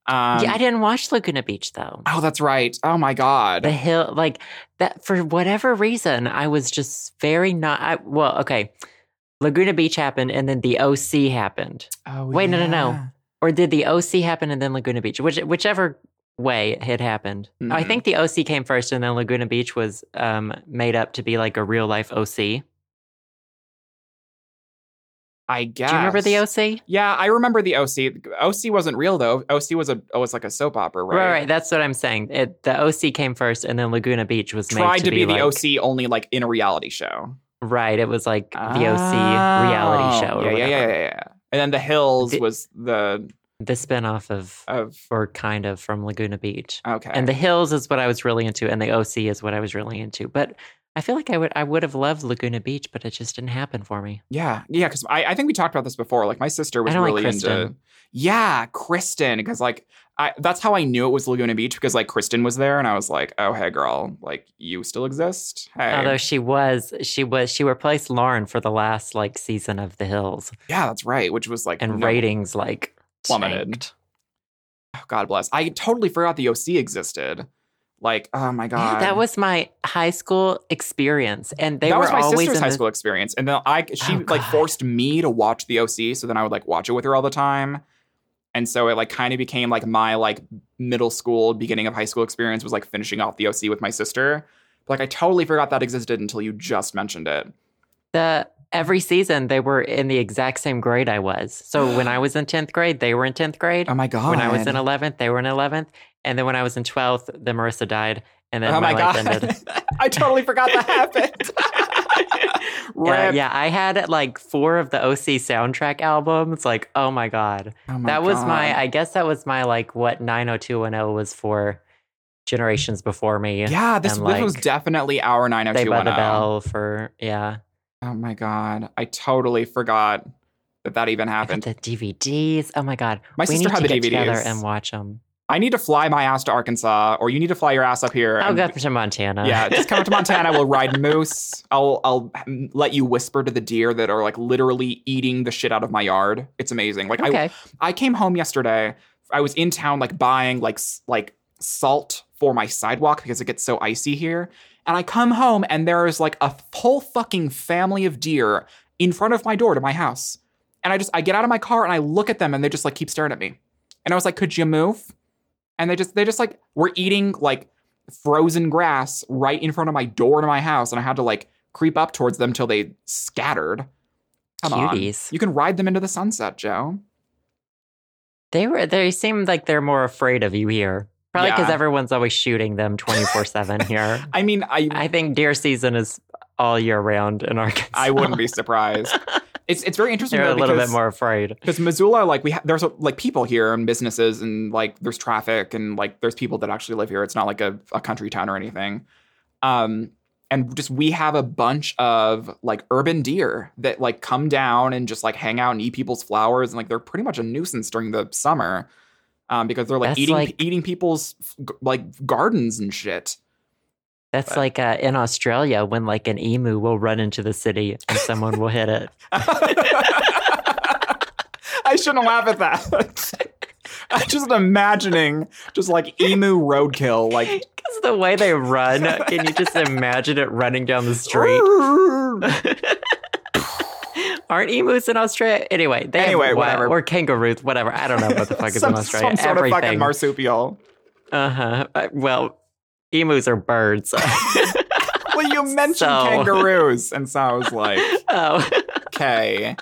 S1: yeah, I didn't watch Laguna Beach though.
S2: oh, that's right. Oh my
S1: The
S2: god.
S1: hill, like that, for whatever reason, I was just very not. I, well, okay. Laguna Beach happened, and then the OC happened,
S2: Oh,
S1: Wait, no, no, no.
S2: yeah.
S1: or did the OC happen and then Laguna Beach? Which, whichever way it had happened, I
S2: Mhm.
S1: think the OC came first, and then Laguna Beach was um, made up to be like a real life OC.
S2: I guess.
S1: Do you remember the OC?
S2: Yeah, I remember the OC. OC wasn't real though. OC was a was like a soap opera, right?
S1: Right. right, That's what I'm saying. It, the OC came first, and then Laguna Beach was made
S2: Tried to, be,
S1: like-
S2: the OC only like in a reality show.
S1: Right. It was like the OC
S2: Oh.
S1: reality show. Or
S2: Yeah, yeah,
S1: whatever.
S2: yeah, yeah, yeah. And then the Hills
S1: The-
S2: was the
S1: The spinoff of,
S2: of
S1: or kind of, from Laguna Beach.
S2: okay.
S1: And the Hills is what I was really into, and the OC is what I was really into. But I feel like I would, I would have loved Laguna Beach, but it just didn't happen for me.
S2: Yeah, yeah, because I, I think we talked about this before. Like my sister was
S1: I don't like
S2: really into
S1: Kristen.
S2: yeah, Kristen, because like I that's how I knew it was Laguna Beach because like Kristen was there and I was like, oh hey girl, like you still exist. Hey,
S1: Although she was, she was, she replaced Lauren for the last like season of The Hills,
S2: yeah, that's right. Which was like
S1: and
S2: no-
S1: ratings like
S2: Plummeted.
S1: tanked.
S2: oh, God bless. I totally forgot the OC existed. Like, oh my God.
S1: Yeah, that was my high school experience, and they
S2: that
S1: were
S2: was my
S1: always
S2: sister's
S1: in
S2: high
S1: the-
S2: school experience, and then I she
S1: Oh,
S2: like
S1: God.
S2: forced me to watch the OC, so then I would like watch it with her all the time, and so it like kind of became like my like middle school, beginning of high school experience was like finishing off the OC with my sister. Like I totally forgot that existed until you just mentioned it.
S1: the every season they were in the exact same grade I was. So
S2: [gasps]
S1: when I was in tenth grade, they were in tenth grade.
S2: Oh my god!
S1: when I was in eleventh, they were in eleventh, and then when I was in twelfth, then Marissa died, and then
S2: oh my,
S1: my, life
S2: god!
S1: ended.
S2: [laughs] I totally forgot
S1: [laughs]
S2: that happened. [laughs]
S1: Yeah,
S2: Rip.
S1: yeah, I had like four of the OC soundtrack albums. Like, oh my god,
S2: Oh my
S1: that was my.
S2: God.
S1: I guess that was my like what nine hundred two one zero was for generations before me.
S2: yeah, oh this,
S1: and,
S2: this was
S1: like,
S2: definitely our
S1: Saved by the
S2: 90210.
S1: Bell for yeah.
S2: Oh my god! I totally forgot that that even
S1: I got
S2: happened.
S1: the DVDs. Oh my god,
S2: My
S1: we
S2: sister
S1: need
S2: had
S1: to
S2: the
S1: get together
S2: DVDs.
S1: and watch them.
S2: I need to fly my ass to Arkansas, or you need to fly your ass up here.
S1: I'll
S2: and-
S1: go to Montana.
S2: [laughs] Yeah, just come up to Montana. We'll
S1: [laughs]
S2: ride moose. I'll I'll let you whisper to the deer that are like literally eating the shit out of my yard. It's amazing. Like
S1: Okay.
S2: I I came home yesterday. I was in town like buying like s- like salt for my sidewalk because it gets so icy here. And I come home and there is like a whole fucking family of deer in front of my door to my house. And I just I get out of my car and I look at them and they just like keep staring at me. And I was like, "Could you move?" And they just they just like were eating like frozen grass right in front of my door to my house and I had to like creep up towards them till they scattered. Come
S1: Cuties.
S2: on. You can ride them into the sunset, Joe.
S1: They were. They seem like they're more afraid of you here. Probably because
S2: Yeah.
S1: everyone's always shooting them twenty four seven here.
S2: [laughs] I mean, I
S1: I think deer season is all year round in Arkansas.
S2: I wouldn't be surprised. It's it's very
S1: [laughs]
S2: interesting
S1: They're
S2: though
S1: a little bit
S2: because-
S1: more afraid.
S2: because Missoula, like we ha- there's like people here and businesses and like there's traffic and like there's people that actually live here. It's not like a, a country town or anything. Um, and just we have a bunch of like urban deer that like come down and just like hang out and eat people's flowers and like they're pretty much a nuisance during the summer um, because they're like
S1: That's
S2: eating
S1: like-
S2: eating people's g- like gardens and shit.
S1: That's
S2: But-
S1: like uh, in Australia when like an emu will run into the city and someone will hit
S2: [laughs]
S1: it.
S2: I shouldn't laugh at that. [laughs] I'm just imagining just like emu roadkill, like
S1: Because the way they
S2: [laughs]
S1: run, can you just imagine it running down the street? Aren't emus in Australia? Anyway, they have
S2: Anyway,
S1: wi-
S2: whatever.
S1: or kangaroos, whatever. I don't know what
S2: [laughs]
S1: the fuck is
S2: some,
S1: in Australia.
S2: some sort
S1: Everything.
S2: of fucking marsupial.
S1: uh-huh. Uh, Well, emus are birds. [laughs]
S2: Well, you mentioned
S1: So-
S2: kangaroos, and so I was like, [laughs]
S1: oh.
S2: okay.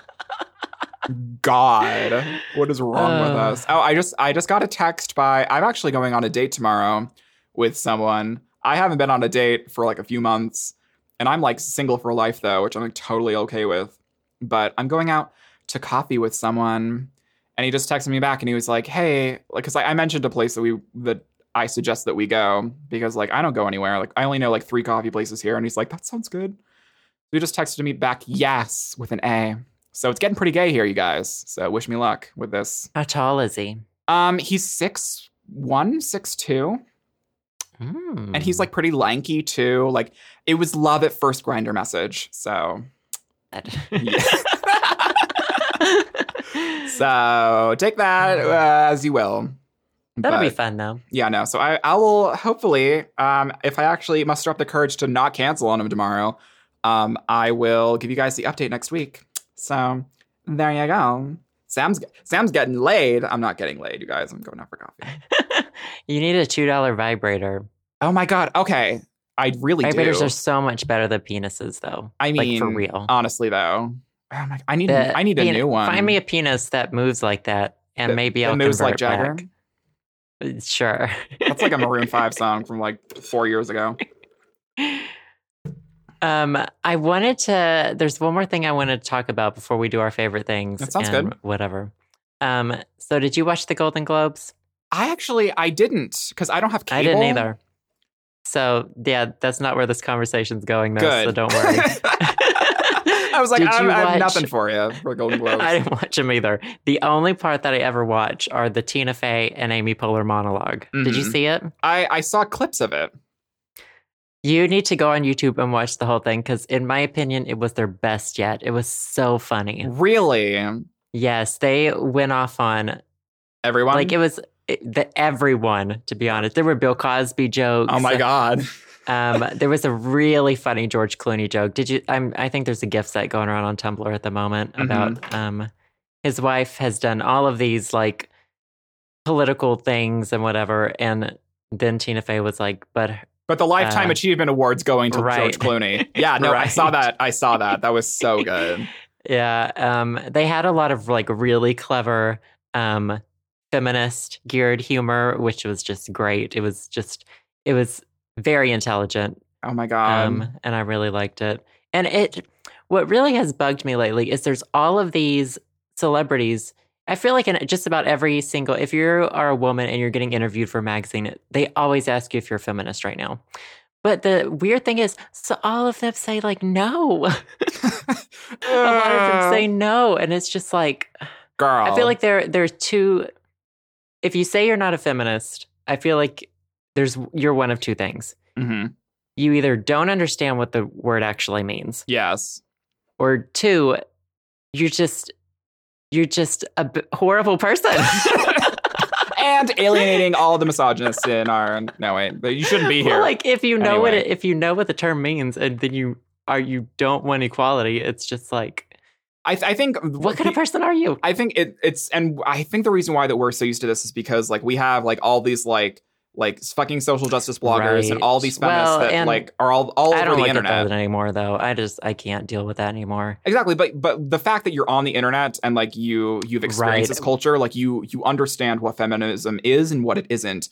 S2: God, what is wrong with
S1: Uh.
S2: us? Oh, I just I just got a text by I'm actually going on a date tomorrow with someone. I haven't been on a date for like a few months, and I'm like single for life though, which I'm like, totally okay with. But I'm going out to coffee with someone, and he just texted me back, and he was like, "Hey, like, because I, I mentioned a place that we that I suggest that we go because like I don't go anywhere. Like I only know like three coffee places here, and he's like, "That sounds good." He just texted me back, yes, with an A. So it's getting pretty gay here, you guys. So wish me luck with this.
S1: How tall is he?
S2: Um, he's six one, six two, and he's
S1: Mm.
S2: like pretty lanky too. Like it was love at first grinder message. So [laughs]
S1: [laughs]
S2: so take that uh, as you will.
S1: Mm-hmm. That'll be
S2: But-
S1: fun though. [laughs]
S2: Yeah, no. So I, I will hopefully, um, if I actually muster up the courage to not cancel on him tomorrow, um, I will give you guys the update next week. So there you go. Sam's Sam's getting laid. I'm not getting laid, you guys. I'm going out
S1: [laughs]
S2: for coffee.
S1: You need a two dollar vibrator.
S2: Oh my god. Okay, I really
S1: Vibrators
S2: do.
S1: are so much better than penises, though.
S2: I mean,
S1: like for real.
S2: Honestly, though, oh my, I need
S1: The
S2: I need a
S1: pen-
S2: new one.
S1: Find me a penis that moves like that, and
S2: That-
S1: maybe
S2: that
S1: I'll
S2: moves like
S1: convert
S2: Jagger.
S1: back. Uh, Sure. [laughs]
S2: That's like a Maroon Five song from like four years ago.
S1: Um, I wanted to. There's one more thing I wanted to talk about before we do our favorite things.
S2: That sounds
S1: and
S2: good.
S1: Whatever. Um, so did you watch the Golden Globes?
S2: I actually I didn't because I don't have cable.
S1: I didn't either. So yeah, that's not where this conversation's going though. So
S2: Good.
S1: don't worry.
S2: [laughs] I was like,
S1: Did
S2: I'm,
S1: you
S2: I have
S1: watch-
S2: nothing for you for
S1: [laughs]
S2: Golden Globes.
S1: I didn't watch them either. The only part that I ever watch are the Tina Fey and Amy Poehler monolog Did you
S2: Mhm.
S1: see it?
S2: I, I saw clips of it.
S1: You need to go on YouTube and watch the whole thing because, in my opinion, it was their best yet. It was so funny.
S2: Really?
S1: Yes, they went off on
S2: Everyone?
S1: like it was it- the everyone, to be honest. There were Bill Cosby jokes.
S2: Oh my god.
S1: Um, there was a really funny George Clooney joke. Did you? I'm, I think there's a gift set going around on Tumblr at the moment about um, his wife has done all of these like political things and whatever, and then Tina Fey was like, "But
S2: But the Lifetime
S1: Uh,
S2: Achievement Award's going to
S1: right. [laughs]
S2: George Clooney. Yeah, no, I
S1: Right.
S2: saw that. I saw that. That was so good.
S1: yeah," um, they had a lot of like really clever um, feminist geared humor, which was just great. It was just it was very intelligent.
S2: Oh my god.
S1: um, and I really liked it. And it, what really has bugged me lately is there's all of these celebrities. I feel like in just about every single, if you are a woman and you're getting interviewed for a magazine, they always ask you if you're a feminist right now. But the weird thing is, so all of them say like no. [laughs] a lot of them say no, and it's just like
S2: Girl.
S1: I feel like there there's two. If you say you're not a feminist, I feel like there's you're one of two things
S2: Mhm.
S1: you either don't understand what the word actually means
S2: Yes.
S1: or two you're just you're just a b- horrible person
S2: And alienating all the misogynists in our no wait. [laughs] You shouldn't be here.
S1: [laughs] Well, like if you know what
S2: Anyway.
S1: it, if you know what the term means and then you are you don't want equality it's just like
S2: I, th- I think
S1: what kind of person are you
S2: I think it, it's and I think the reason why that we're so used to this is because like we have like all these like like fucking social justice bloggers and
S1: Right.
S2: all these feminists
S1: Well,
S2: that
S1: and
S2: like are all all
S1: i
S2: over
S1: don't
S2: the
S1: look at
S2: internet.
S1: that anymore though i just i can't deal with that anymore
S2: Exactly, but but the fact that you're on the internet and like you you've experienced
S1: Right.
S2: this culture, like you you understand what feminism is and what it isn't.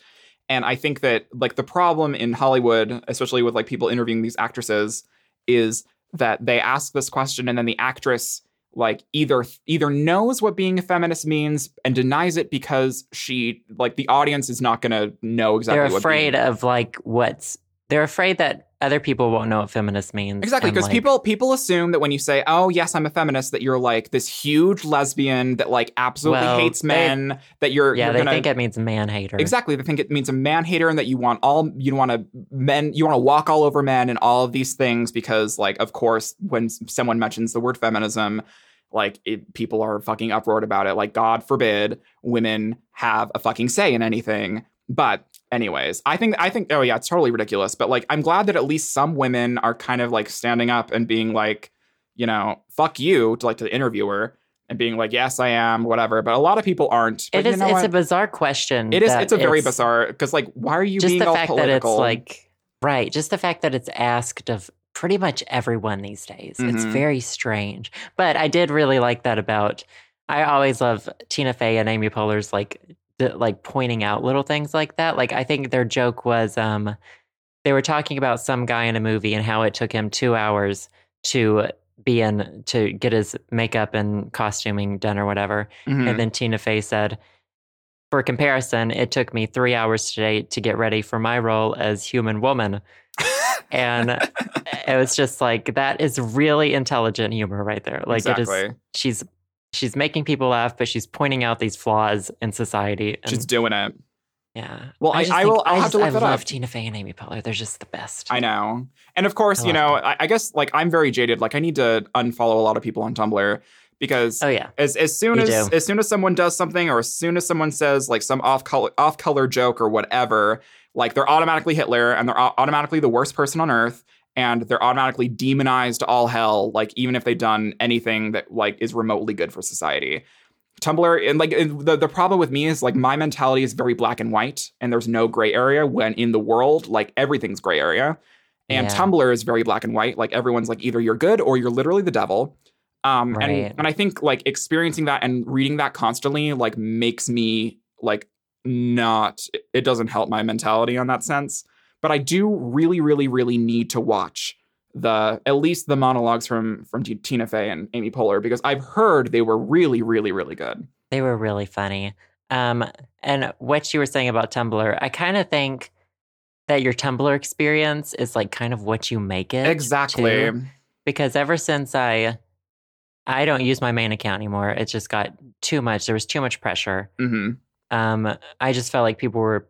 S2: And I think that like the problem in Hollywood, especially with like people interviewing these actresses, is that they ask this question and then the actress like either either knows what being a feminist means and denies it because she like the audience is not going to know exactly
S1: they're
S2: what being-
S1: afraid of like what's they're afraid that other people won't know what feminist means
S2: Exactly,
S1: and,
S2: because
S1: like,
S2: people people assume that when you say, "Oh, yes, I'm a feminist," that you're like this huge lesbian that like absolutely
S1: Well,
S2: hates
S1: they-
S2: men. that you're
S1: yeah
S2: you're
S1: they
S2: gonna,
S1: think it means man hater
S2: exactly. They think it means a man hater, and that you want all you want to men you want to walk all over men and all of these things because like of course when s- someone mentions the word feminism. Like it, people are fucking uproared about it. Like God forbid women have a fucking say in anything. But anyways, I think I think oh yeah, it's totally ridiculous. But like I'm glad that at least some women are kind of like standing up and being like, you know, fuck you to like to the interviewer and being like, yes, I am, whatever. But a lot of people aren't. But
S1: It
S2: you
S1: is.
S2: know
S1: it's
S2: what?
S1: a bizarre question.
S2: It is.
S1: that
S2: It's a very bizarre because, like, why are you
S1: Just
S2: being
S1: the
S2: all
S1: fact that it's
S2: political?
S1: like right. Just the fact that it's asked of pretty much everyone these days. It's
S2: Mhm.
S1: very strange. But I did really like that about. I always love Tina Fey and Amy Poehler's like the, like pointing out little things like that. Like I think their joke was um they were talking about some guy in a movie and how it took him two hours to be in to get his makeup and costuming done or whatever.
S2: Mhm.
S1: And then Tina Fey said, for comparison, it took me three hours today to get ready for my role as human woman. and it was just like, that is really intelligent humor right there. Like it is,
S2: exactly.
S1: she's, she's making people laugh, but she's pointing out these flaws in society. And
S2: She's doing it.
S1: yeah.
S2: Well, I-
S1: just
S2: I
S1: think-
S2: will- I'll have
S1: just-
S2: to look
S1: I
S2: that
S1: love
S2: up.
S1: Tina Fey and Amy Poehler. They're just the best.
S2: I know. And of course,
S1: I
S2: you
S1: love
S2: know, I, I guess like I'm very jaded. Like I need to unfollow a lot of people on Tumblr because
S1: Oh yeah.
S2: as as soon
S1: You
S2: as
S1: do.
S2: as soon as someone does something or as soon as someone says like some off color off color joke or whatever, like they're automatically Hitler and they're au- automatically the worst person on earth and they're automatically demonized to all hell like even if they've done anything that like is remotely good for society. Tumblr and like and the the problem with me is like my mentality is very black and white and there's no gray area when in the world like everything's gray area. And
S1: Yeah.
S2: Tumblr is very black and white. Like everyone's like either you're good or you're literally the devil. Um,
S1: Right.
S2: and, and I think like experiencing that and reading that constantly like makes me like not it- it doesn't help my mentality on that sense. But I do really, really, really need to watch the at least the monologues from from T- Tina Fey and Amy Poehler because I've heard they were really, really, really good.
S1: They were really funny. Um, and what you were saying about Tumblr, I kind of think that your Tumblr experience is like kind of what you make it.
S2: Exactly.
S1: too. Because ever since I, I don't use my main account anymore. It just got too much. There was too much pressure.
S2: hmm
S1: Um, I just felt like people were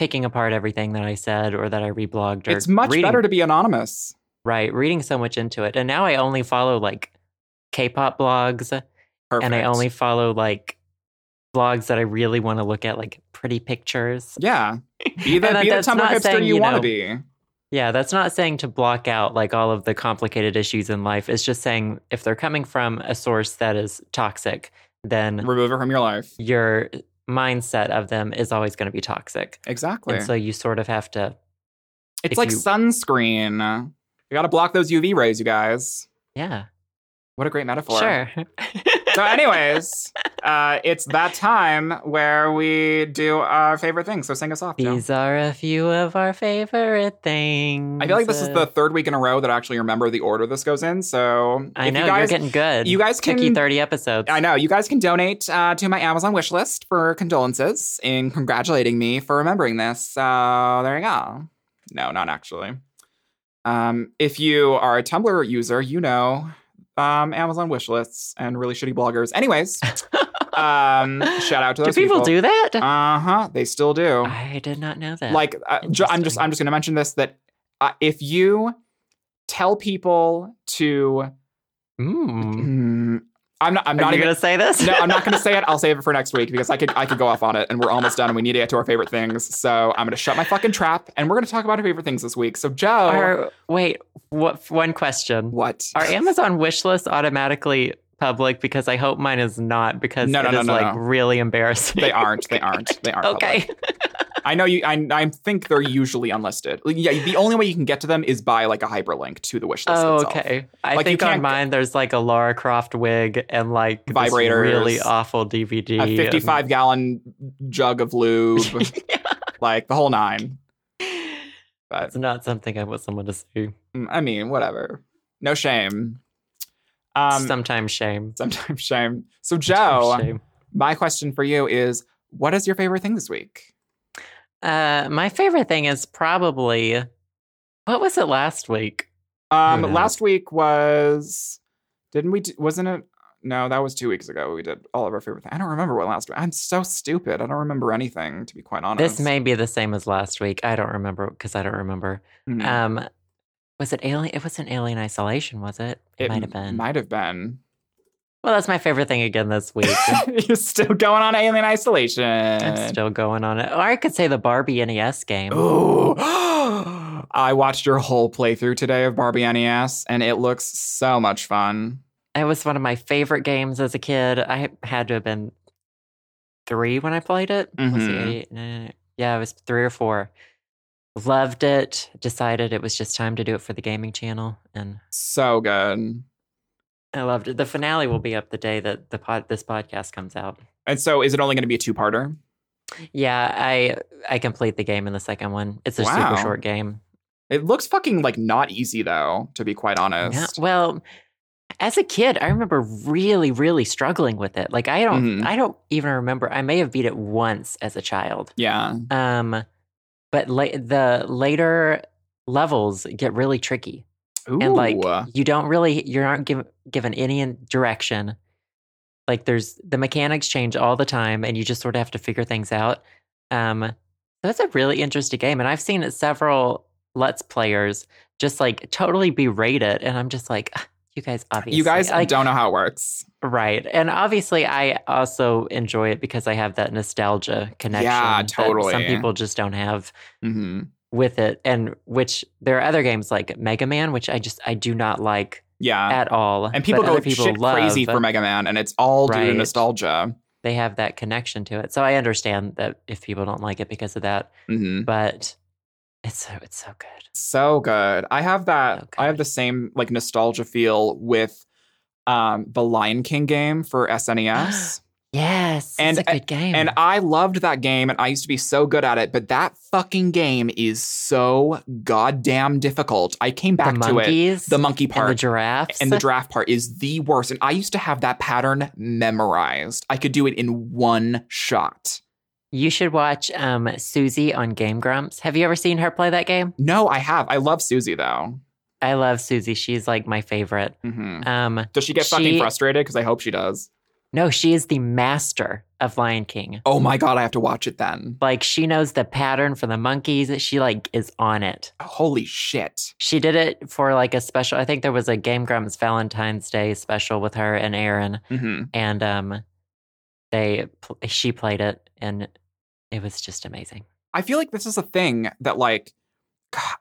S1: picking apart everything that I said or that I reblogged. Or
S2: It's much
S1: reading,
S2: better to be anonymous.
S1: right reading so much into it. And now I only follow like K-pop blogs
S2: Perfect.
S1: and I only follow like vlogs that I really want to look at, like pretty pictures.
S2: Yeah.
S1: [laughs]
S2: Be the,
S1: And that-
S2: be the
S1: that's
S2: Tumblr
S1: not
S2: hipster
S1: saying,
S2: you,
S1: you
S2: want to
S1: know,
S2: be.
S1: Yeah, that's not saying to block out like all of the complicated issues in life. It's just saying if they're coming from a source that is toxic, then
S2: Remove it from your life.
S1: your mindset of them is always going to be toxic.
S2: Exactly.
S1: And so you sort of have to,
S2: it's
S1: if
S2: like
S1: you-
S2: sunscreen. You got to block those UV rays, you guys.
S1: yeah,
S2: What a great metaphor.
S1: sure. [laughs]
S2: So, anyways, uh, it's that time where we do our favorite thing. So, sing us off, Joe.
S1: These are a few of our favorite things.
S2: I feel like this is
S1: Uh,
S2: the third week in a row that I actually remember the order this goes in. So,
S1: I
S2: if
S1: know
S2: you guys
S1: are getting good.
S2: you guys
S1: took you
S2: can-
S1: thirty episodes.
S2: I know. You guys can donate uh, to my Amazon wish list for condolences and congratulating me for remembering this. So there you go. No, not actually. Um, if you are a Tumblr user, you know um, Amazon wish lists and really shitty bloggers.
S1: [laughs]
S2: Anyways, um, shout out to
S1: do
S2: those
S1: people, do that?
S2: Uh huh. They still do.
S1: I did not know that.
S2: Like, uh, ju- I'm just
S1: Interesting.
S2: I'm just gonna mention this that uh, if you tell people to,
S1: Mm.
S2: Mm, I'm not
S1: [clears throat]
S2: I'm
S1: Are
S2: not
S1: you
S2: even
S1: gonna say this? [laughs]
S2: [laughs] no, I'm not going to say it. I'll save it for next week because I could I could go off on it, and we're almost done, and we need to get to our favorite things. So I'm going to shut my fucking trap, and we're going to talk about our favorite things this week. So Joe,
S1: Are- wait, what? One question:
S2: what?
S1: Are Amazon wish lists automatically public? Because I hope mine is not. Because
S2: No,
S1: it
S2: no, no,
S1: is,
S2: no,
S1: like
S2: no.
S1: really embarrassing. [laughs]
S2: They aren't. They aren't. They aren't. public.
S1: okay.
S2: I know you. I, I think they're usually unlisted. Like, yeah. The only way you can get to them is by like a hyperlink to the wish list.
S1: Oh,
S2: itself.
S1: okay. I
S2: Like, you
S1: think on
S2: can't-
S1: mine there's like a Lara Croft wig and like this
S2: Vibrators.
S1: really awful DVD.
S2: A
S1: and- [laughs]
S2: 55 gallon jug of lube, like the whole nine. But
S1: It's not something I want someone to see.
S2: mm, I mean, whatever. No shame. Um,
S1: sometimes shame.
S2: sometimes shame. So
S1: Sometimes
S2: Joe.
S1: shame.
S2: My question for you is what is your favorite thing this week?
S1: Uh, my favorite thing is probably what was it last week?
S2: Um
S1: knows?
S2: last week was didn't we do, wasn't it no, that was 2 weeks ago we did all of our favorite thing. I don't remember what last week. I'm so stupid. I don't remember anything to be quite honest.
S1: This may be the same as last week. I don't remember because I don't remember.
S2: Mm.
S1: Um, was it alien? It wasn't alien isolation, was it? It, might have been.
S2: Might have been. [laughs]
S1: well, that's my favorite thing again this week.
S2: You're still going on alien isolation.
S1: I'm still going on it. Or I could say the Barbie NES game.
S2: Ooh. [gasps] I watched your whole playthrough today of Barbie NES and it looks so much fun.
S1: It was one of my favorite games as a kid. I had to have been three when I played it. Was it
S2: Mhm.
S1: eight? No, Yeah, it was three or four. Loved it. Decided it was just time to do it for the gaming channel, and
S2: So good.
S1: I loved it. The finale will be up the day that the pod this podcast comes out.
S2: And so is it only going to be a two-parter?
S1: Yeah, I I complete the game in the second one. It's a
S2: Wow.
S1: super short game.
S2: It looks fucking like not easy though, to be quite
S1: Yeah,
S2: honest.
S1: well, as a kid, I remember really, really struggling with it. Like I don't,
S2: Mhm.
S1: I don't even remember. I may have beat it once as a child.
S2: Yeah.
S1: Um, but la- the later levels get really tricky,
S2: Ooh.
S1: and like you don't really you aren't giv given any in- direction. Like there's the mechanics change all the time, and you just sort of have to figure things out. Um, so it's a really interesting game, and I've seen several Let's players just like totally berate it, and I'm just like, you guys obviously
S2: you guys
S1: like,
S2: don't know how it works.
S1: right, and obviously I also enjoy it because I have that nostalgia connection.
S2: Yeah,
S1: that Some
S2: totally.
S1: people just don't have
S2: hmm
S1: with it and which there are other games like Mega Man which I just I do not like
S2: Yeah.
S1: at all
S2: Uh, and people
S1: Uh, but
S2: go
S1: other people
S2: shit
S1: love
S2: crazy for Mega Man, and it's all due to
S1: Right.
S2: nostalgia.
S1: they have that connection to it so I understand that if people don't like it because of that
S2: hmm
S1: but it's so it's so good
S2: So good. I have that.
S1: So
S2: I have the same like nostalgia feel with um, the Lion King game for SNES.
S1: [gasps] yes
S2: And-
S1: it's a good game
S2: And I loved that game and I used to be so good at it, but that fucking game is so goddamn difficult. I came back
S1: the
S2: to it.
S1: monkeys
S2: The monkey
S1: and the
S2: part
S1: giraffes
S2: and the draft part is the worst. And I used to have that pattern memorized. I could do it in one shot.
S1: you should watch um Susie on Game Grumps have you ever seen her play that game
S2: No, I have. I love Susie though.
S1: I love Susie she's like my favorite
S2: hmm
S1: um
S2: Does she get fucking
S1: She-
S2: frustrated? Because I hope she does.
S1: no she is the master of Lion King
S2: Oh my god, I have to watch it then.
S1: like she knows the pattern for the monkeys she like is on it
S2: Holy shit.
S1: she did it for like a special i think there
S2: Mm-hmm.
S1: was a game grumps valentine's day special with her and aaron
S2: hmm
S1: and um they pl- she played it and it was just amazing.
S2: I feel like this is a thing that like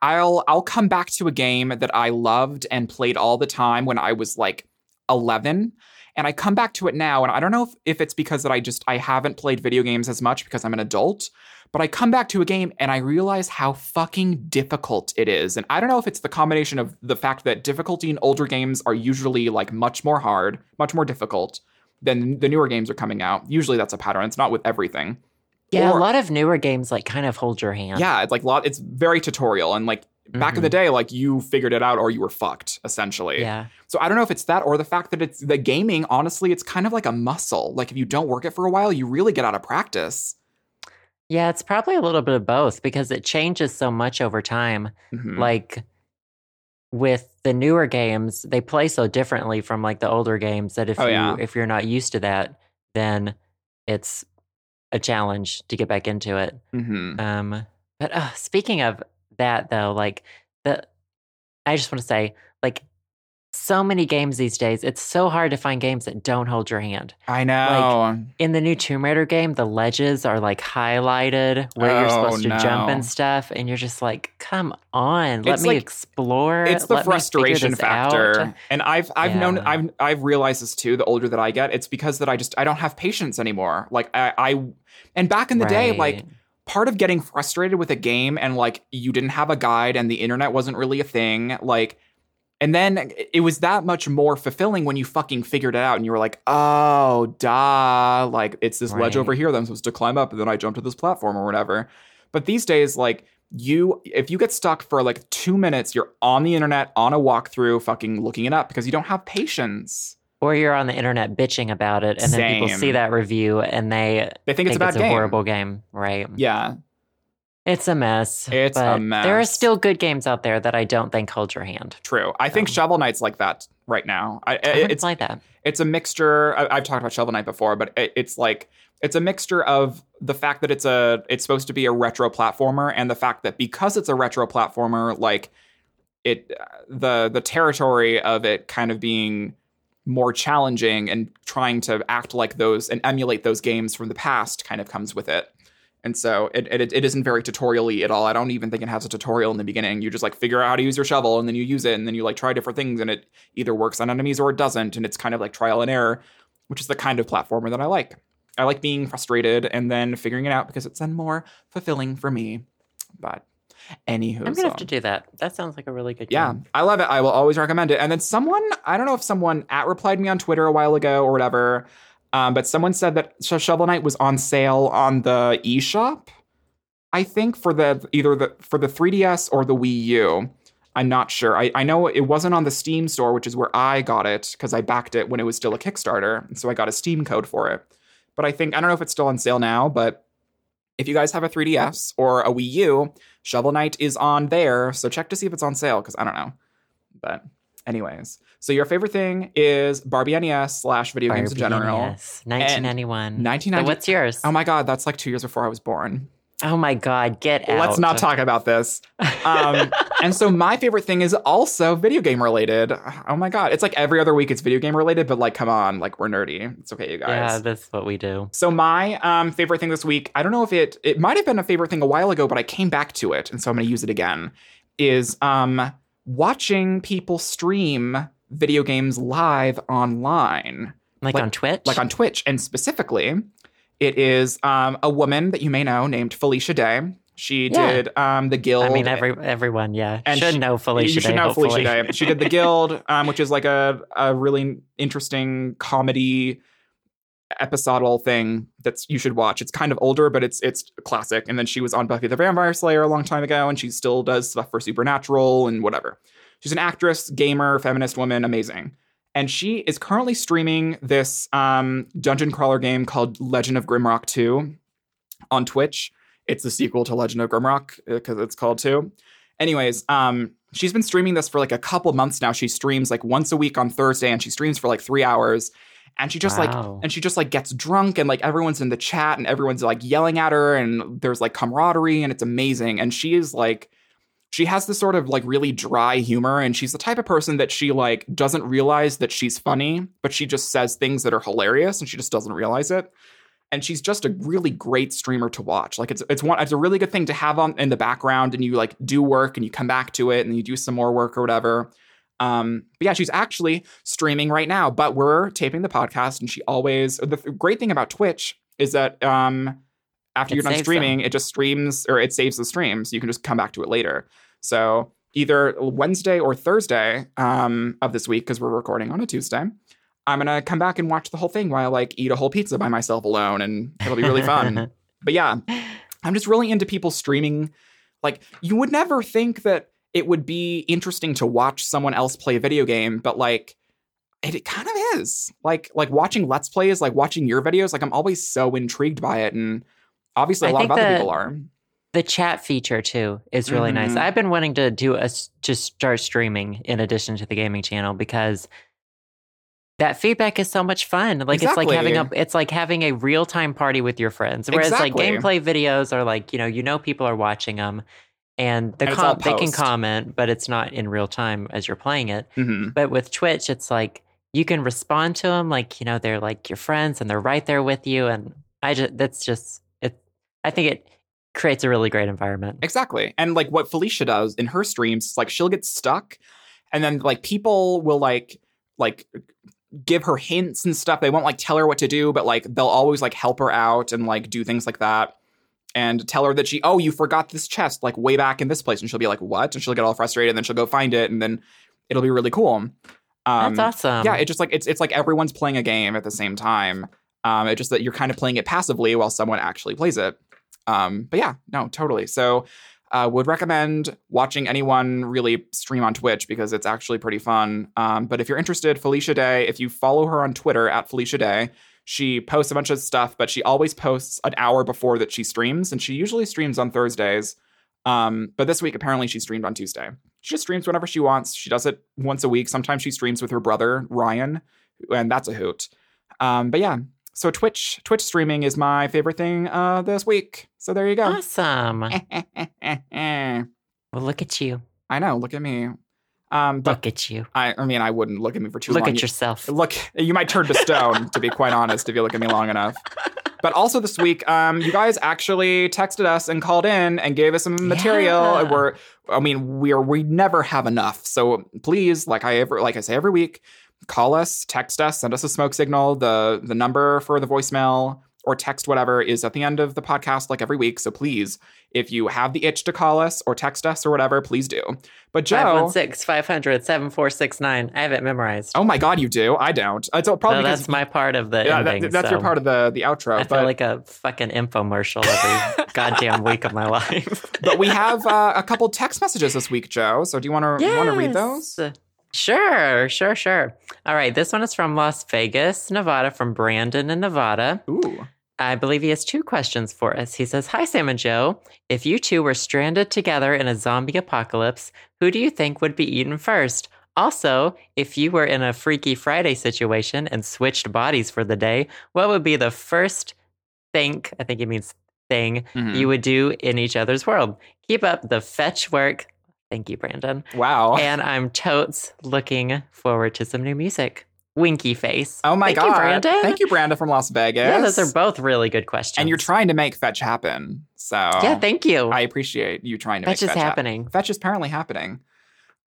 S2: I'll I'll come back to a game that I loved and played all the time when I was like 11 and I come back to it now and I don't know if, if it's because that I just I haven't played video games as much because I'm an adult but I come back to a game and I realize how fucking difficult it is and I don't know if it's the combination of the fact that difficulty in older games are usually like much more hard much more difficult than the newer games are coming out usually that's a pattern it's not with everything
S1: Yeah,
S2: Or-
S1: a lot of newer games like kind of hold your hand.
S2: yeah it's like lot it's very tutorial and like back in the day like you figured it out or you were fucked essentially
S1: Mm-hmm. Yeah.
S2: so i don't know if it's that or the fact that it's the gaming honestly it's kind of like a muscle like if you don't work it for a while you really get out of practice
S1: Yeah, it's probably a little bit of both because it changes so much over time.
S2: Mhm.
S1: Like with the newer games, they play so differently from like the older games that if
S2: Oh,
S1: you
S2: yeah.
S1: if you're not used to that, then it's a challenge to get back into it.
S2: Mhm.
S1: Um, but uh, speaking of that, though, like the, I just want to say, like, so many games these days, it's so hard to find games that don't hold your hand.
S2: i know
S1: In the new Tomb Raider game, the ledges are like highlighted where
S2: Oh,
S1: you're supposed to jump
S2: no.
S1: and stuff, and you're just like, come on, let
S2: It's
S1: me
S2: like-
S1: explore.
S2: it's the
S1: let me figure
S2: frustration
S1: this out."
S2: factor and i've i've
S1: Yeah.
S2: known i've i've realized this too the older that i get it's because that i just i don't have patience anymore like i i and back in the day like
S1: Right.
S2: part of getting frustrated with a game and like you didn't have a guide and the internet wasn't really a thing like and then it was that much more fulfilling when you fucking figured it out and you were like oh duh like it's this ledge
S1: Right.
S2: over here that i'm supposed to climb up and then i jump to this platform or whatever but these days like you if you get stuck for like two minutes you're on the internet on a walkthrough fucking looking it up because you don't have patience
S1: or you're on the internet bitching about it, and then people
S2: Same.
S1: see that review and they
S2: they think,
S1: think
S2: it's a bad
S1: a
S2: game
S1: horrible game, right?
S2: yeah
S1: It's a mess.
S2: It's a
S1: but There are
S2: mess.
S1: still good games out there that I don't think hold your hand.
S2: true i think
S1: Um,
S2: shovel knight's like that right now I,
S1: I
S2: it's
S1: it's like that.
S2: it's a mixture I, i've talked about shovel knight before but it, it's like it's a mixture of the fact that it's a it's supposed to be a retro platformer and the fact that because it's a retro platformer like it uh, the the territory of it kind of being more challenging and trying to act like those and emulate those games from the past kind of comes with it and so it, it it isn't very tutorially at all. I don't even think it has a tutorial in the beginning. You just like figure out how to use your shovel and then you use it and then you like try different things and it either works on enemies or it doesn't and it's kind of like trial and error, which is the kind of platformer that I like. I like being frustrated and then figuring it out because it's then more fulfilling for me. But anywho,
S1: I'm
S2: so-
S1: gonna have to do that. That sounds like a really good
S2: um, yeah,
S1: game.
S2: I love it. I will always recommend it. And then someone, I don't know if someone at replied me on Twitter a while ago or whatever, um, but someone said that Sho- Shovel Knight was on sale on the eShop. I think for the either the for the 3DS or the Wii U. I'm not sure. I, I know it wasn't on the Steam store, which is where I got it because I backed it when it was still a Kickstarter, and so I got a Steam code for it. But I think I don't know if it's still on sale now, but if you guys have a 3DS or a Wii U, Shovel Knight is on there, so check to see if it's on sale because I don't know. But anyways, so your favorite thing is Barbie NES slash video games in
S1: Barbie
S2: general.
S1: NES, 1991.
S2: 1990.
S1: So what's yours?
S2: Oh my god, that's like two years before I was born.
S1: Oh my God, get out.
S2: Let's not talk about this.
S1: [laughs]
S2: Um, and so my favorite thing is also video game related. Oh my god, it's like every other week it's video game related, but like come on, like we're nerdy. It's okay, you guys.
S1: Yeah, that's what we do.
S2: So my um, favorite thing this week, I don't know if it it might have been a favorite thing a while ago, but I came back to it, and so I'm going to use it again. Is um, watching people stream video games live online,
S1: Like, on Twitch?
S2: like on Twitch, and specifically, it is um, a woman that you may know named Felicia Day. She
S1: Yeah.
S2: did um, the Guild.
S1: I mean, every, everyone, yeah.
S2: And
S1: should
S2: she-
S1: know Felicia
S2: you should
S1: Day,
S2: know
S1: hopefully.
S2: Felicia Day. She did the
S1: [laughs]
S2: Guild, um, which is like a a really interesting comedy episodal thing that's you should watch. It's kind of older, but it's it's classic. And then she was on Buffy the Vampire Slayer a long time ago, and she still does stuff for Supernatural and whatever. She's an actress, gamer, feminist woman, amazing. And she is currently streaming this um, dungeon crawler game called Legend of Grimrock 2 on Twitch. It's the sequel to Legend of Grimrock because it's called 2. Anyways, um, she's been streaming this for like a couple months now. She streams like once a week on Thursday and she streams for like three hours. And she just like
S1: Wow.
S2: and she just like gets drunk and like everyone's in the chat and everyone's like yelling at her and there's like camaraderie and it's amazing. And she is like she has this sort of like really dry humor and she's the type of person that she like doesn't realize that she's funny but she just says things that are hilarious and she just doesn't realize it and she's just a really great streamer to watch. Like it's it's one it's a really good thing to have on in the background, and you like do work and you come back to it and you do some more work or whatever. Um, but yeah, she's actually streaming right now, but we're taping the podcast, and she always the th- great thing about Twitch is that um after
S1: It
S2: you're done
S1: saves
S2: streaming, it just streams or it saves the stream, so you can just come back to it later. So either Wednesday or Thursday um, of this week, because we're recording on a Tuesday, I'm gonna come back and watch the whole thing while I like eat a whole pizza by myself alone, and it'll be
S1: [laughs]
S2: really fun. but yeah, I'm just really into people streaming. Like you would never think that it would be interesting to watch someone else play a video game, but like it, it kind of is. Like like watching let's plays, like watching your videos. Like I'm always so intrigued by it, and obviously a
S1: I
S2: lot of
S1: think
S2: other
S1: the-
S2: people are.
S1: The chat feature too is really nice.
S2: Mhm.
S1: I've been wanting to do a s- just start streaming in addition to the gaming channel because that feedback is so much fun. Like it's like having a
S2: Exactly.
S1: it's like having a real time party with your friends. Whereas
S2: Exactly.
S1: like gameplay videos are like you know you know people are watching them and the
S2: And it's all
S1: com- they can
S2: post.
S1: comment, but it's not in real time as you're playing it.
S2: Mhm.
S1: But with Twitch, it's like you can respond to them, like you know they're like your friends and they're right there with you, and I just that's just it. I think it creates a really great environment.
S2: Exactly. And like what Felicia does in her streams, is, like she'll get stuck and then like people will like like give her hints and stuff. They won't like tell her what to do, but like they'll always like help her out and like do things like that. And tell her that she, oh, you forgot this chest like way back in this place. And she'll be like, what? And she'll get all frustrated and then she'll go find it and then it'll be really cool. Um,
S1: That's awesome.
S2: yeah, it's just like it's it's like everyone's playing a game at the same time. Um, it's just that you're kind of playing it passively while someone actually plays it. Um, but yeah, no, totally. So uh, would recommend watching anyone really stream on Twitch because it's actually pretty fun. Um, but if you're interested, Felicia Day, if you follow her on Twitter at Felicia Day, she posts a bunch of stuff, but she always posts an hour before that she streams, and she usually streams on Thursdays. Um, but this week apparently she streamed on Tuesday. She just streams whenever she wants. She does it once a week. Sometimes she streams with her brother Ryan, and that's a hoot. Um, but yeah, so Twitch Twitch streaming is my favorite thing uh, this week. So there you go.
S1: awesome.
S2: [laughs] I
S1: Well, look at you.
S2: know. Look at me. Um, but
S1: Look at you.
S2: I, I mean, I wouldn't look at me for too
S1: Look
S2: long.
S1: at yourself.
S2: Look, you might turn to stone, to be quite honest, if you look at me long enough. But also this week, um, you guys actually texted us and called in and gave us some material.
S1: Yeah.
S2: And We're, I mean, we're we never have enough. So please, like I ever, like I say every week, call us, text us, send us a smoke signal. The the number for the voicemail or text whatever is at the end of the podcast, like every week. So please, if you have the itch to call us or text us or whatever, please do. But Joe,
S1: 516 500 7469. I have it memorized.
S2: oh my God, you do. I don't. It's all-
S1: so
S2: probably because
S1: that's my part of the
S2: yeah,
S1: ending.
S2: that, that's your
S1: so
S2: part of the the outro.
S1: I
S2: but,
S1: feel like a fucking infomercial
S2: [laughs]
S1: every goddamn week of my life. [laughs]
S2: but we have uh, a couple text messages this week, Joe. So do you want to want to read those?
S1: Yes. Sure, sure, sure. All right, this one is from Las Vegas, Nevada, from Brandon in Nevada.
S2: Ooh,
S1: I believe he has two questions for us. He says, Hi, Sam and Joe. If you two were stranded together in a zombie apocalypse, who do you think would be eaten first? Also, if you were in a Freaky Friday situation and switched bodies for the day, what would be the first think, I think he means thing,
S2: Mhm.
S1: you would do in each other's world? Keep up the fetch work. Thank you, Brandon.
S2: wow.
S1: And I'm totes looking forward to some new music. Winky face.
S2: oh my
S1: Thank
S2: God!
S1: you, Brandon.
S2: Thank you, Branda from Las Vegas.
S1: Yeah, those are both really good questions.
S2: and you're trying to make fetch happen. So
S1: Yeah, thank you.
S2: I appreciate you trying to
S1: That's
S2: make
S1: just
S2: fetch happen.
S1: happening.
S2: Fetch is apparently happening.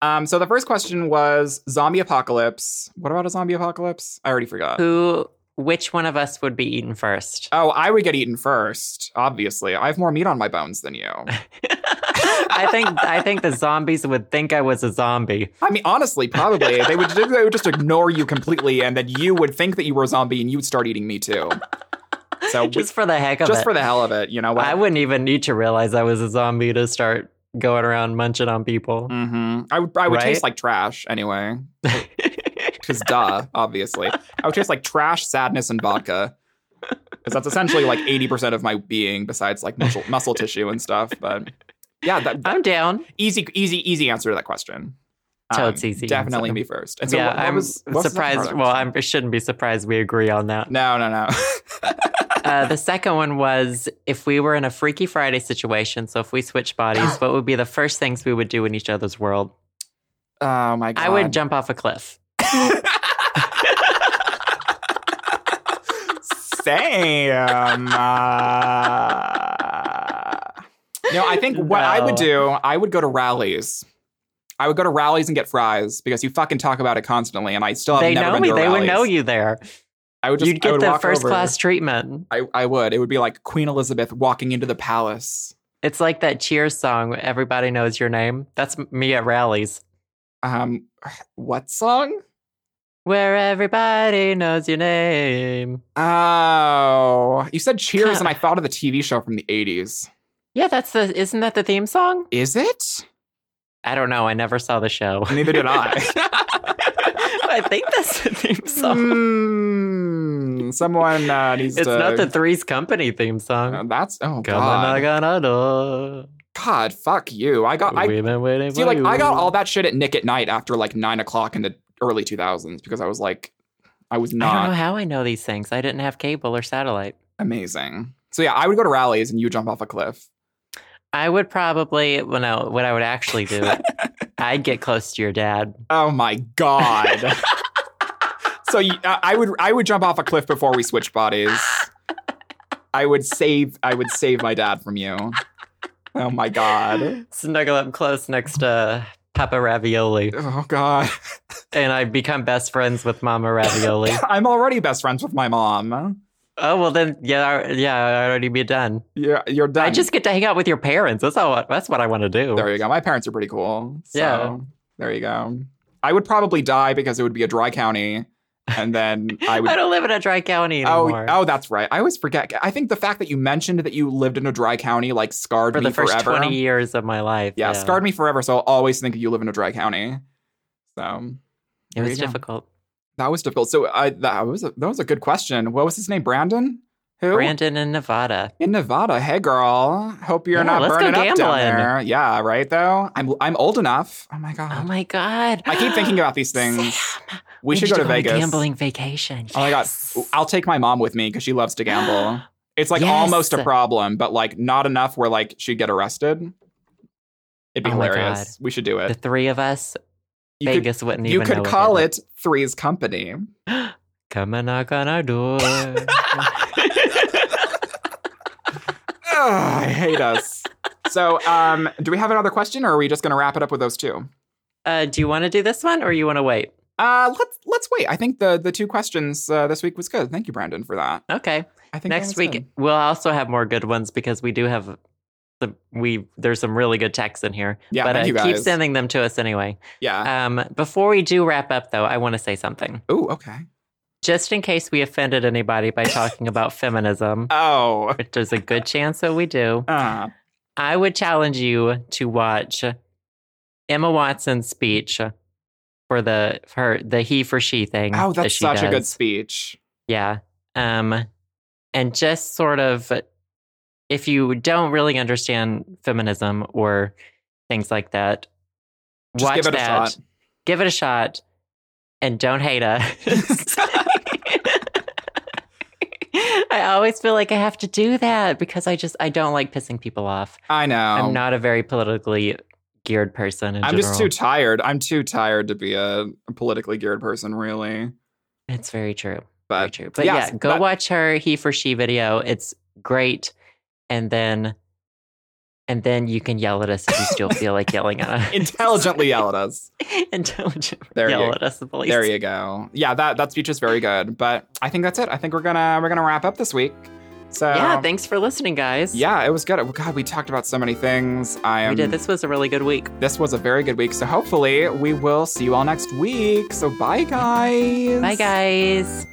S2: Um, so the first question was zombie apocalypse. What about a zombie apocalypse? I already forgot.
S1: Who? Which one of us would be eaten
S2: [laughs]
S1: first?
S2: Oh, I would get eaten first. Obviously, I have more meat on my bones than you.
S1: I think I think the zombies would think I was a
S2: [laughs]
S1: zombie.
S2: I mean, honestly, probably they would they would just ignore you completely, and then you would think that you were a zombie, and you would start eating me too. So we-
S1: Just for the heck of
S2: just
S1: it.
S2: for the hell of it, you know what?
S1: I wouldn't even need to realize I was a zombie to start going around munching on people.
S2: hmm I would I would
S1: Right?
S2: taste like trash anyway, because duh, obviously, I would taste like trash, sadness, and vodka, because that's essentially like eighty percent of my being, besides like muscle muscle tissue and stuff. But yeah, that,
S1: [laughs] I'm down.
S2: easy, easy, easy answer to that question. Um,
S1: Totes easy
S2: Definitely
S1: answer.
S2: me first. And so
S1: yeah,
S2: what, what
S1: I'm
S2: was, what was the second
S1: surprised.
S2: part?
S1: Well, I'm, I shouldn't be surprised we agree on that.
S2: no, no, [laughs] no.
S1: Uh, the second one was if we were in a Freaky Friday situation, so if we switch
S2: [gasps]
S1: bodies, what would be the first things we would do in each other's world?
S2: oh my god,
S1: I would jump off a cliff.
S2: Sam. uh, No, I think what I would
S1: No.
S2: do, I would go to rallies. I would go to rallies and get fries because you fucking talk about it constantly, and I still have
S1: they
S2: never
S1: know
S2: been
S1: me.
S2: to a
S1: They would
S2: rallies.
S1: know you there.
S2: I would just
S1: You'd
S2: I
S1: get
S2: would
S1: the
S2: walk
S1: first
S2: over.
S1: class treatment.
S2: I, I would. It would be like Queen Elizabeth walking into the palace.
S1: It's like that Cheers song. Everybody knows your name. That's m- me at rallies.
S2: Um, [sighs] what song?
S1: Where everybody knows your name.
S2: Oh, you said
S1: Huh.
S2: Cheers, and I thought of the TV show from the '80s.
S1: Yeah, that's the. Isn't that the theme song? [laughs]
S2: Is it?
S1: I don't know. I never saw the show. [laughs]
S2: Neither did I.
S1: I think that's the [laughs] theme
S2: Mm.
S1: song.
S2: Hmm, someone uh, needs
S1: It's
S2: to.
S1: not the Three's Company theme song.
S2: Uh, that's oh god,
S1: Kalanaganato.
S2: god, fuck you. I got. I
S1: We've been waiting
S2: See,
S1: for
S2: like
S1: you.
S2: I got all that shit at Nick at Night after like nine o'clock in the early 2000s because I was like, I was
S1: I don't
S2: not
S1: know how I know these things. I didn't have cable or satellite.
S2: amazing. So yeah, I would go to rallies and you jump off a cliff.
S1: I would probably, well, no, what I would actually
S2: [laughs]
S1: do, I'd get close to your dad.
S2: Oh my
S1: [laughs]
S2: god. so you, I I would I would jump off a cliff before we switched bodies. I would save I would save my dad from you. Oh my god.
S1: Snuggle up close next to Papa Ravioli.
S2: Oh god.
S1: And I become best friends with Mama
S2: [laughs]
S1: Ravioli.
S2: I'm already best friends with my mom.
S1: oh, well, then, yeah, I- yeah, I'd already be done.
S2: You're you're done.
S1: I just get to hang out with your parents. That's all. That's what I want to do.
S2: There you go. My parents are pretty cool. So
S1: Yeah.
S2: there you go. I would probably die because it would be a dry county. And
S1: [laughs]
S2: then I would
S1: I don't live in a dry county
S2: Oh,
S1: anymore.
S2: oh, that's right. I always forget. I think the fact that you mentioned that you lived in a dry county like scarred
S1: for
S2: me
S1: the first
S2: forever.
S1: twenty years of my life.
S2: yeah, scarred me forever. So I'll always think you live in a dry county. So
S1: It
S2: There you
S1: was
S2: go.
S1: difficult.
S2: that was difficult. So I that was a, that was a good question. What was his name? Brandon. Who?
S1: Brandon in Nevada.
S2: in Nevada. Hey, girl. Hope you're
S1: Yeah,
S2: not
S1: let's go
S2: burning up down
S1: gambling.
S2: there. Yeah, right. Though I'm I'm old enough. Oh my god.
S1: Oh my god!
S2: I keep
S1: [gasps]
S2: thinking about these things.
S1: Sam,
S2: We,
S1: need
S2: should
S1: to
S2: go to Vegas.
S1: On a gambling vacation.
S2: Oh my god.
S1: Yes.
S2: I'll take my mom with me because she loves to
S1: [gasps]
S2: gamble. It's like
S1: Yes.
S2: almost a problem, but like not enough where like she'd get arrested. It'd be
S1: Oh my
S2: hilarious. We should do
S1: The
S2: it.
S1: three of us,
S2: You could,
S1: Vegas wouldn't
S2: you
S1: even.
S2: could
S1: know
S2: call
S1: what
S2: it
S1: [laughs]
S2: Three's Company.
S1: Come and knock on our
S2: [laughs]
S1: door.
S2: Ugh, I hate us. So, um, do we have another question, or are we just going to wrap it up with those two?
S1: uh, do you want to do this one, or you want to wait?
S2: Uh, let's let's wait. I think the the two questions uh, this week was good. Thank you, Brandon, for that.
S1: Okay.
S2: I think that
S1: Next
S2: was
S1: week
S2: good.
S1: we'll also have more good ones because we do have. The, we there's some really good texts in here,
S2: Yeah,
S1: but
S2: thank
S1: uh,
S2: you guys. Uh.
S1: keep sending them to us anyway.
S2: yeah.
S1: Um, before we do wrap up, though, I want to say something.
S2: oh, okay.
S1: Just in case we offended anybody by talking about feminism,
S2: Oh.
S1: which there's a good chance that we do,
S2: Uh,
S1: I would challenge you to watch Emma Watson's speech for the for her the he for she thing.
S2: oh,
S1: that
S2: that's
S1: Mm, she
S2: such a good
S1: does.
S2: speech.
S1: Yeah. Um, and just sort of, if you don't really understand feminism or things like that,
S2: Just
S1: watch
S2: give it a
S1: that.
S2: shot.
S1: Give it a shot, and don't hate us. [laughs] I always feel like I have to do that because I just I don't like pissing people off.
S2: I know.
S1: I'm not a very politically geared person. In
S2: Oh. I'm just too
S1: general.
S2: tired. I'm too tired to be a politically geared person, really.
S1: It's very true. Very
S2: But
S1: true. But
S2: yes,
S1: yeah, go
S2: but-
S1: watch her he for she video. It's great. And then and then you can yell at us if you still feel like yelling
S2: [laughs]
S1: at us.
S2: intelligently yell at us.
S1: [laughs] Intelligent.
S2: There
S1: yell
S2: you-
S1: at us at the least.
S2: There you go. Yeah, that that speech is very good. But I think that's it. I think we're gonna we're gonna wrap up this week. So
S1: yeah, thanks for listening, guys.
S2: yeah, it was good. Oh, God, we talked about so many things. I am.
S1: we did. This was a really good week.
S2: this was a very good week. So hopefully we will see you all next week. So bye, guys.
S1: Bye, guys.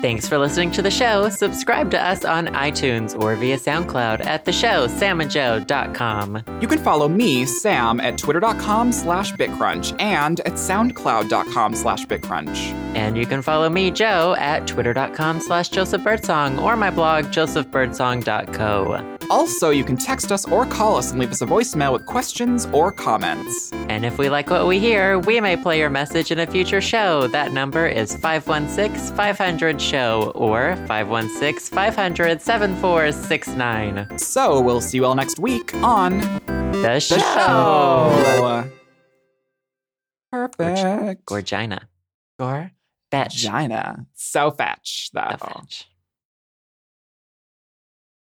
S1: Thanks for listening to the show. Subscribe to us on iTunes or via SoundCloud at the show, samandjoe.com.
S2: You can follow me, Sam, at twitter.com slash bitcrunch and at soundcloud.com slash bitcrunch.
S1: And you can follow me, Joe, at twitter.com slash Joseph Birdsong or my blog, josephbirdsong.co.
S2: Also, you can text us or call us and leave us a voicemail with questions or comments.
S1: And if we like what we hear, we may play your message in a future show. That number is 516 500 SHOW or 516 500 7469.
S2: So, we'll see you all next week on
S1: The
S2: the
S1: show!
S2: show. Perfect.
S1: Gorgina.
S2: Gorgina.
S1: Fetch.
S2: So fetch,
S1: The
S2: though.
S1: fetch.